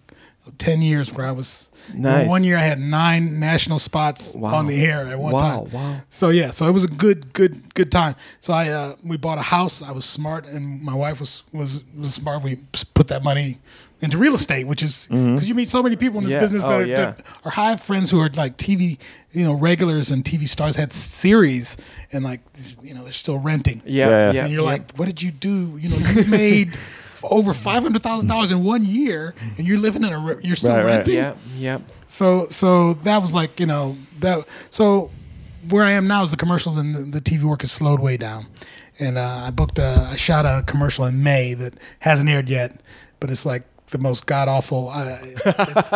D: ten years where I was. you know,
F: Nice.
D: One year I had nine national spots
F: Wow.
D: on the air at one
F: Wow,
D: time.
F: wow.
D: So yeah, so it was a good, good, good time. So I uh, we bought a house. I was smart, and my wife was was, was smart. We s- put that money into real estate, which is because you meet so many people in this
F: Mm-hmm. Yeah.
D: business that,
F: Oh,
D: are,
F: yeah.
D: that are high have friends who are like TV, you know, regulars and TV stars had series, and like you know they're still renting.
F: Yeah,
E: Yeah.
F: yeah.
D: and you're
F: yeah.
D: like, what did you do? You know, you
F: [laughs]
D: made. f- Over five hundred thousand dollars in one year, and you're living in a re- you're still
E: Right, right.
D: renting.
F: yeah, yeah.
D: So so that was like you know that so where I am now is the commercials and the TV work is slowed way down, and uh, I booked a I shot a commercial in May that hasn't aired yet, but it's like the most god awful. Uh,
E: [laughs]
D: it's,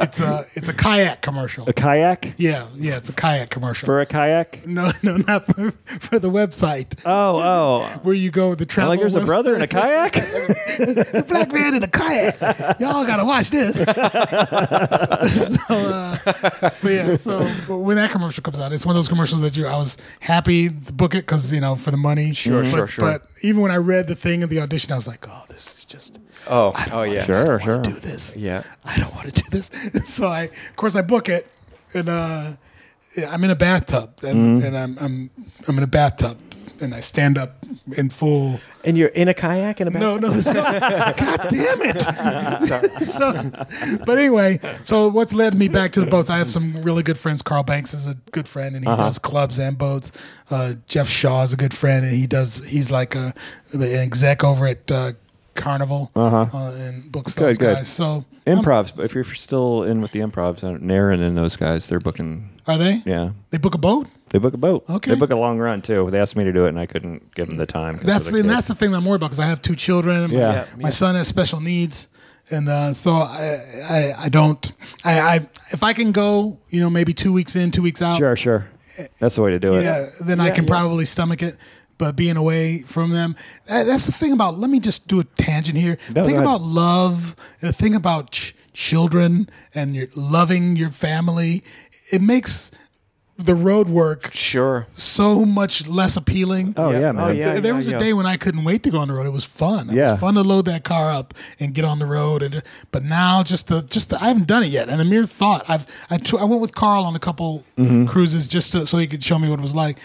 D: it's a it's a kayak commercial.
E: A kayak
D: Yeah, yeah, it's a kayak commercial.
E: for a kayak?
D: no, no, not for, for the website
E: Oh, oh.
D: where you go with the
E: I'm
D: travel.
E: like there's a
D: website.
E: brother in a
D: [laughs]
E: kayak.
D: the black man in a kayak. Y'all gotta watch this. [laughs] so, uh, so yeah, so but when that commercial comes out, it's one of those commercials that you. I was happy to book it because you know for the money. Sure,
F: sure, sure.
D: But even when I read the thing in the audition, I was like, oh, this is just.
F: Oh, oh yeah.
E: sure,
D: I
E: sure.
D: don't want to do this.
F: Yeah.
D: I don't want to do this. [laughs] So I, of course, I book it,
F: Mm-hmm.
D: and uh, I'm in a bathtub, and, and I'm I'm I'm in a bathtub and I stand up in full.
F: And you're in a kayak in a
D: No, no, it's not. God
E: [laughs]
D: damn it! [laughs] so, but anyway, so what's led me back to the boats? I have some really good friends. Carl Banks is a good friend,
E: Uh-huh.
D: and he does clubs and boats. Uh, Jeff Shaw is a good friend, and he does. He's like a, an exec over at uh, Carnival uh-huh. and books those
E: good.
D: guys. So I'm-
E: Improvs. If you're still in with the improvs, uh, Naren and those guys, they're booking.
D: um, are they?
E: Yeah,
D: They book a boat.
E: they book a boat.
D: Okay.
E: They book a long run too. They asked me to do it, and I couldn't give them the time. 'cause
D: That's
E: of the
D: and
E: kid.
D: that's the thing that I'm worried about because I have two children.
E: Yeah.
D: My,
E: Yeah,
D: my son has special needs, and uh, so I, I I don't I, I if I can go, you know, maybe two weeks in, two weeks out.
E: sure, sure. That's the way to do it.
D: Yeah, then I can probably stomach it. But being away from them, that, that's the thing about. Let me just do a tangent here.
E: No,
D: the thing
E: go ahead.
D: about love, and the thing about ch- children, and your loving your family, it makes the road work
F: Sure.
D: so much less appealing.
E: Oh yeah,
F: Yeah.
E: man.
F: Oh, yeah.
D: Th- there was a
F: yeah.
D: day when I couldn't wait to go on the road. It was fun. It
E: Yeah.
D: was fun to load that car up and get on the road. And but now just the just the, I haven't done it yet. And a mere thought. I've I, t- I went with Carl on a couple
E: Mm-hmm.
D: cruises just to, so he could show me what it was like,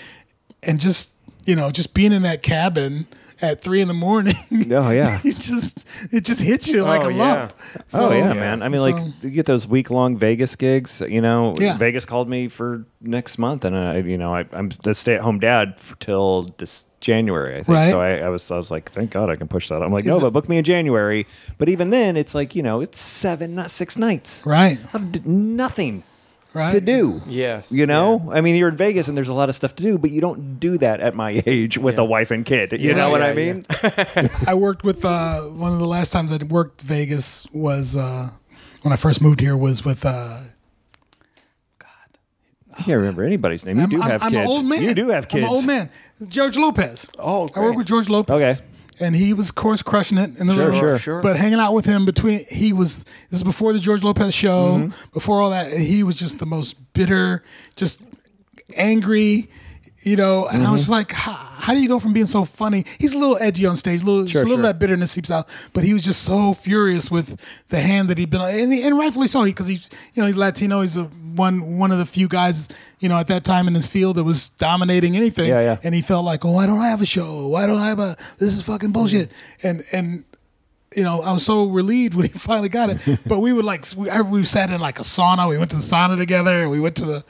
D: and just you know just being in that cabin at three in the morning. [laughs]
E: Oh, yeah.
D: it just it just hits you like
F: Oh,
D: a
F: yeah.
D: lump.
E: oh
D: So-
E: yeah, man. I mean,
D: So-
E: like you get those week long Vegas gigs. You know,
D: Yeah.
E: Vegas called me for next month, and I, you know, I, I'm the stay at home dad for till this January. I think
D: Right.
E: so. I, I was, I was like, thank God I can push that. I'm like, no, but book me in January. But even then, it's like you know, it's seven, not six nights.
D: Right.
E: I've d- nothing
D: Right.
E: to do.
F: Yes.
E: You know, I mean, you're in Vegas and there's a lot of stuff to do, but you don't do that at my [laughs] age with a wife and kid. You know what
F: yeah,
E: I mean? [laughs]
D: I worked with uh, one of the last times I worked Vegas was uh, when I first moved here was with uh,
E: I can't remember anybody's name. You do have
D: I'm
E: kids.
D: an old man.
E: You do have kids.
D: I'm an old man. George Lopez. I
F: Oh,
D: work
F: great.
D: with George Lopez.
E: Okay.
D: And he was, of course, crushing it in the
E: Sure,
D: room.
E: sure.
F: Sure.
D: But hanging out with him between, he was, this is before the George Lopez show,
E: Mm-hmm.
D: before all that, and he was just the most bitter, just angry, you know. And I was
E: Mm-hmm.
D: just like, how, how do you go from being so funny? He's a little edgy on stage, a little, just a little
E: sure.
D: bit that bitterness seeps out. But he was just so furious with the hand that he'd been on, and, and rightfully so, because he's you know he's Latino. He's a, one one of the few guys you know at that time in his field that was dominating anything.
E: Yeah, yeah.
D: And he felt like, oh, I don't have a show. Why don't I have a? This is fucking bullshit.
E: Mm-hmm.
D: And and. You know, I was so relieved when he [laughs] finally got it. But we would like we, I, we sat in like a sauna. We went to the sauna together. We went to the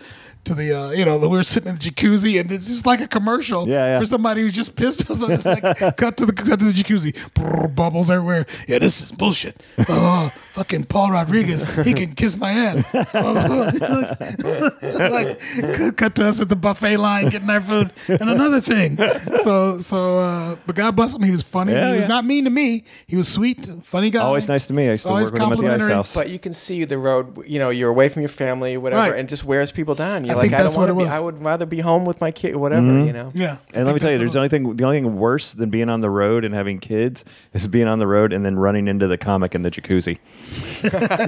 D: to the uh, you know we were sitting in the jacuzzi and it's just like a commercial
E: Yeah, yeah.
D: for somebody who's just pissed. [laughs] So it's like cut to the cut to the jacuzzi, Brrr, bubbles everywhere. Yeah, this is bullshit. Oh, fucking Paul Rodriguez, he can kiss my ass. [laughs] Oh, like cut, cut to us at the buffet line getting our food. And another thing, so so, uh, but God bless him, he was funny.
E: Yeah,
D: he was
E: yeah.
D: not mean to me. He was sweet, funny guy.
E: Always Oh, nice to me. I used to
D: Always
E: work with him at the ice
D: Oh, complimentary,
E: house.
F: But you can see the road. You know, you're away from your family, whatever,
D: Right.
F: and just wears people down. You're
D: I
F: like,
D: think
F: I
D: that's
F: don't
D: what
F: want
D: it
F: to be.
D: was.
F: I would rather be home with my kid, whatever. You know.
D: Yeah.
E: And let me tell you, there's the
D: only.
E: only thing the only thing worse than being on the road and having kids is being on the road and then running into the comic in the jacuzzi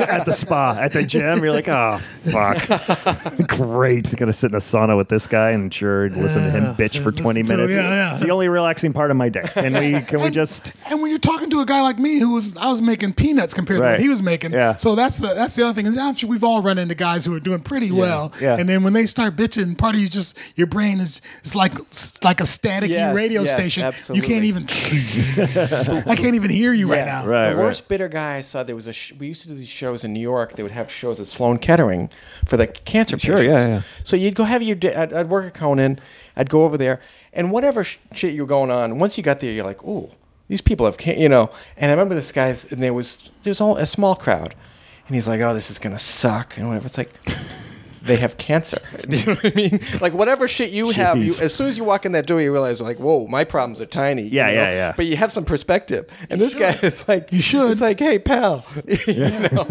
E: at the spa at the gym. You're like, oh fuck, [laughs] great, gonna sit in a sauna with this guy and sure listen to him bitch for 20
D: Listen to-
E: minutes.
D: yeah, yeah.
E: It's the only relaxing part of my day. Can
D: [laughs]
E: we can we just
D: And when you're talking to a guy like me, who was I was making peanuts compared to
E: Right.
D: what he was making,
E: Yeah.
D: so that's the that's the other thing. And I'm sure we've all run into guys who are doing pretty well,
E: yeah.
D: and then when they start bitching, part of you just your brain is it's like it's like a staticky
F: Yes,
D: radio
F: yes,
D: station.
F: absolutely.
D: You can't even. I can't even [laughs] hear you right
F: Yes.
D: now.
E: Right,
F: the
E: right.
F: worst bitter guy I saw. There was a. Sh- we used to do these shows in New York. They would have shows at Sloan Kettering for the cancer
E: Sure,
F: patients.
E: yeah, yeah.
F: So you'd go have your. Day, I'd, I'd work at Conan. I'd go over there, and whatever sh- shit you're going on. Once you got there, you're like, ooh, these people have. Can-, you know. And I remember this guy's, and there was there was all a small crowd, and he's like, oh, this is gonna suck, and whatever.
E: [laughs]
F: It's like. They have cancer. [laughs] Do you know what I mean? Like whatever shit you have, you,
E: Jeez.
F: as soon as you walk in that door, you realize like, whoa, my problems are tiny. you
E: Yeah,
F: know?
E: yeah, yeah.
F: But you have some perspective, and this guy is like,
D: You should.
F: It's like, hey, pal. [laughs] You know?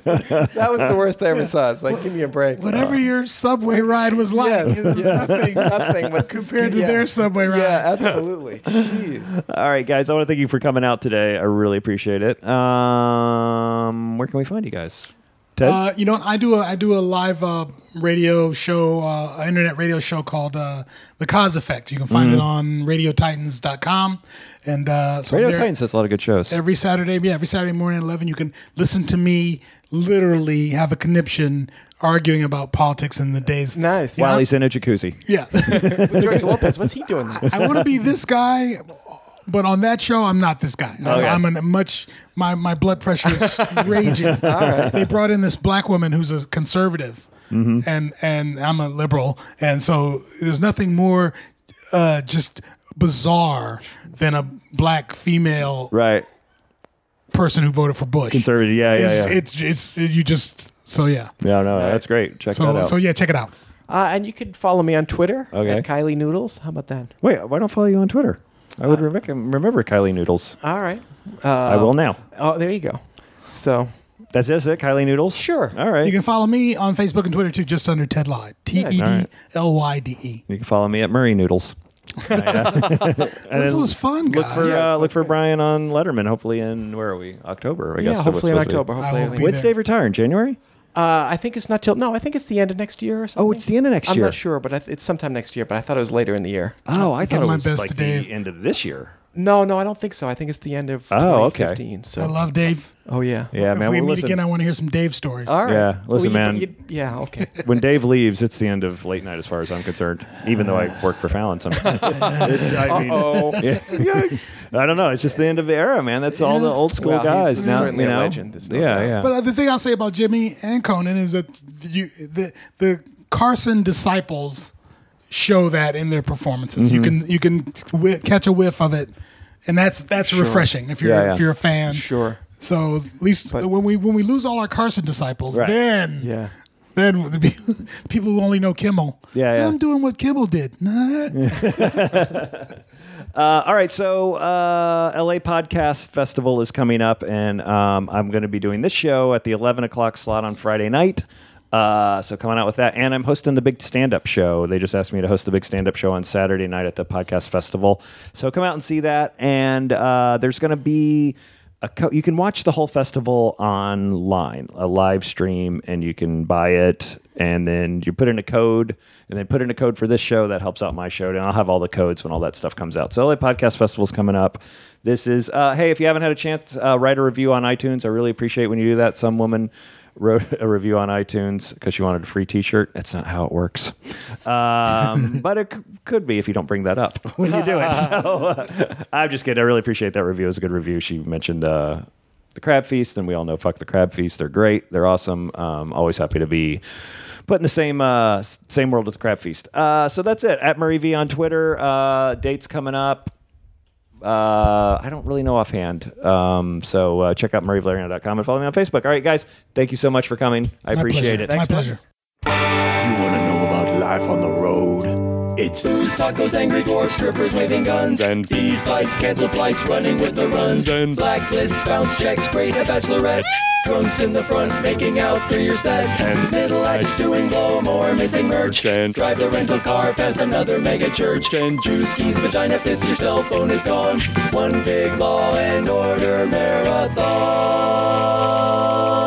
F: that was the worst I ever saw. It's like, give me a break.
D: Whatever your subway ride was like,
F: Uh, Yes,
D: is nothing
F: Nothing but
D: compared to their subway ride.
F: Yeah, absolutely. Jeez.
E: All right, guys. I want to thank you for coming out today. I really appreciate it. Um, where can we find you guys? Ted?
D: [laughs] Uh, you know, what? I do a I do a live uh, radio show, uh, an internet radio show called uh, The Cause Effect. You can find
F: Mm-hmm.
D: it on RadioTitans.com, and uh, so
E: Radio
D: there-
E: Titans has a lot of good shows.
D: every Saturday, yeah, every Saturday morning at eleven, you can listen to me literally have a conniption arguing about politics in the days.
F: Nice.
D: You know,
E: While he's in a jacuzzi.
D: yeah, [laughs]
F: George Lopez, what's he doing?
D: I want
E: [laughs]
D: to be this guy, but on that show, I'm not this guy.
E: Okay.
D: I'm a much my my blood pressure
E: [laughs]
D: is raging. They brought in this black woman who's a conservative,
E: Mm-hmm.
D: and and I'm a liberal, and so there's nothing more uh, just bizarre than a black female
E: Right.
D: person who voted for Bush.
E: Conservative, yeah, yeah,
D: it's,
E: yeah.
D: It's it's you just so yeah.
E: No, no, that's great. Check that
D: So
E: out.
D: so yeah, check it out.
F: Uh, and you can follow me on Twitter
E: Okay.
F: at Kylie Noodles. How about that?
E: Wait, why don't I follow you on Twitter? I would remem- remember Kylie Noodles.
F: All right.
E: I will now.
F: Oh, there you go. So
E: That's it, is it? Kylie Noodles?
F: Sure.
E: All right.
D: You can follow me on Facebook and Twitter too, just under Ted Lye. T E D L Y D E.
E: You can follow me at Murray Noodles.
D: This was fun, guys.
E: Look for uh, look for Brian on Letterman. Hopefully in where are we? October, I
F: yeah,
E: guess. it was
F: hopefully in
E: supposed to be.
F: October.
D: I
F: Hopefully,
D: will
F: I, think.
D: be
E: When's
D: there.
E: Dave retiring? January?
F: Uh, I think it's not till no. I think it's the end of next year or something.
E: Oh, it's the end of next
F: I'm
E: year.
F: not sure, but I th- it's sometime next year. But I thought it was later in the year.
E: Oh, I
D: Give
E: thought it
D: my
E: was
D: best
E: like
D: to Dave.
E: the end of this year.
F: No, no, I don't think so. I think it's the end of
E: Oh, okay.
F: 2015. So,
D: I love Dave.
F: oh yeah,
E: Yeah,
D: if
E: man.
D: we
E: well,
D: meet
E: listen,
D: again, I want to hear some Dave stories.
F: All right.
E: Yeah, listen,
F: you-
E: man.
F: you- yeah,
D: [laughs]
F: okay.
E: when Dave leaves, it's the end of late night as far as I'm concerned. Even though I work for Fallon sometimes. it's, I mean,
F: oh,
E: Yeah. I don't know. It's just the end of the era, man. That's all the old school
F: Well, he's
E: guys now.
F: certainly
E: you
F: a
E: know?
F: legend, there's no
E: yeah,
F: doubt.
E: yeah.
D: But uh, the thing I'll say about Jimmy and Conan is that you the the Carson disciples show that in their performances. You
E: Mm-hmm.
D: can you can whi catch a whiff of it, and that's that's refreshing if you're
E: Yeah, yeah.
D: if you're a fan.
F: Sure.
D: So at least when we when we lose all our Carson disciples,
E: Right.
D: then
F: yeah.
D: Then [laughs] the pe- people who only know Kimmel.
E: Yeah, yeah.
D: I'm doing what Kimmel did.
E: [laughs]
D: Nah.
E: Uh, all right, so uh, LA Podcast Festival is coming up, and um, I'm going to be doing this show at the 11 o'clock slot on Friday night. Uh, so come on out with that, and I'm hosting the big stand-up show. They just asked me to host the big stand-up show on Saturday night at the podcast festival. So come out and see that, and uh, there's going to be a co- you can watch the whole festival online, a live stream, and you can buy it. And then you put in a code, and then put in a code for this show that helps out my show. And I'll have all the codes when all that stuff comes out. So LA Podcast Festival's coming up. This is uh, hey, if you haven't had a chance, uh, write a review on iTunes. I really appreciate when you do that. Some woman wrote a review on iTunes because she wanted a free T-shirt. That's not how it works, um, [laughs] but it c- could be if you don't bring that up when you do it. [laughs] So uh, I'm just kidding. I really appreciate that review. It was a good review. She mentioned uh, the Crab Feast, and we all know fuck the Crab Feast. They're great. They're awesome. Um, always happy to be put in the same uh, s- same world with the Crab Feast. Uh, so that's it. At Murray V on Twitter. Uh, dates coming up. Uh, I don't really know offhand. Um, so uh, check out MurrayValeriano.com and follow me on Facebook. All right, guys, thank you so much for coming. I
D: My
E: appreciate
D: pleasure.
E: it.
D: [laughs] My pleasure.
A: You want to know about life on the road? It's
B: Booze, tacos, angry dwarfs, strippers waving guns,
E: And-
B: fees, fights, cancel flights, running with the runs,
E: And-
B: blacklists, bounce checks, grade a bachelorette, drunks in the front, making out through your set, middle acts doing blow more, missing merch,
E: And-
B: drive the rental car past another mega church,
E: And-
B: juice keys, vagina fist, your cell phone is gone, one big law and order marathon.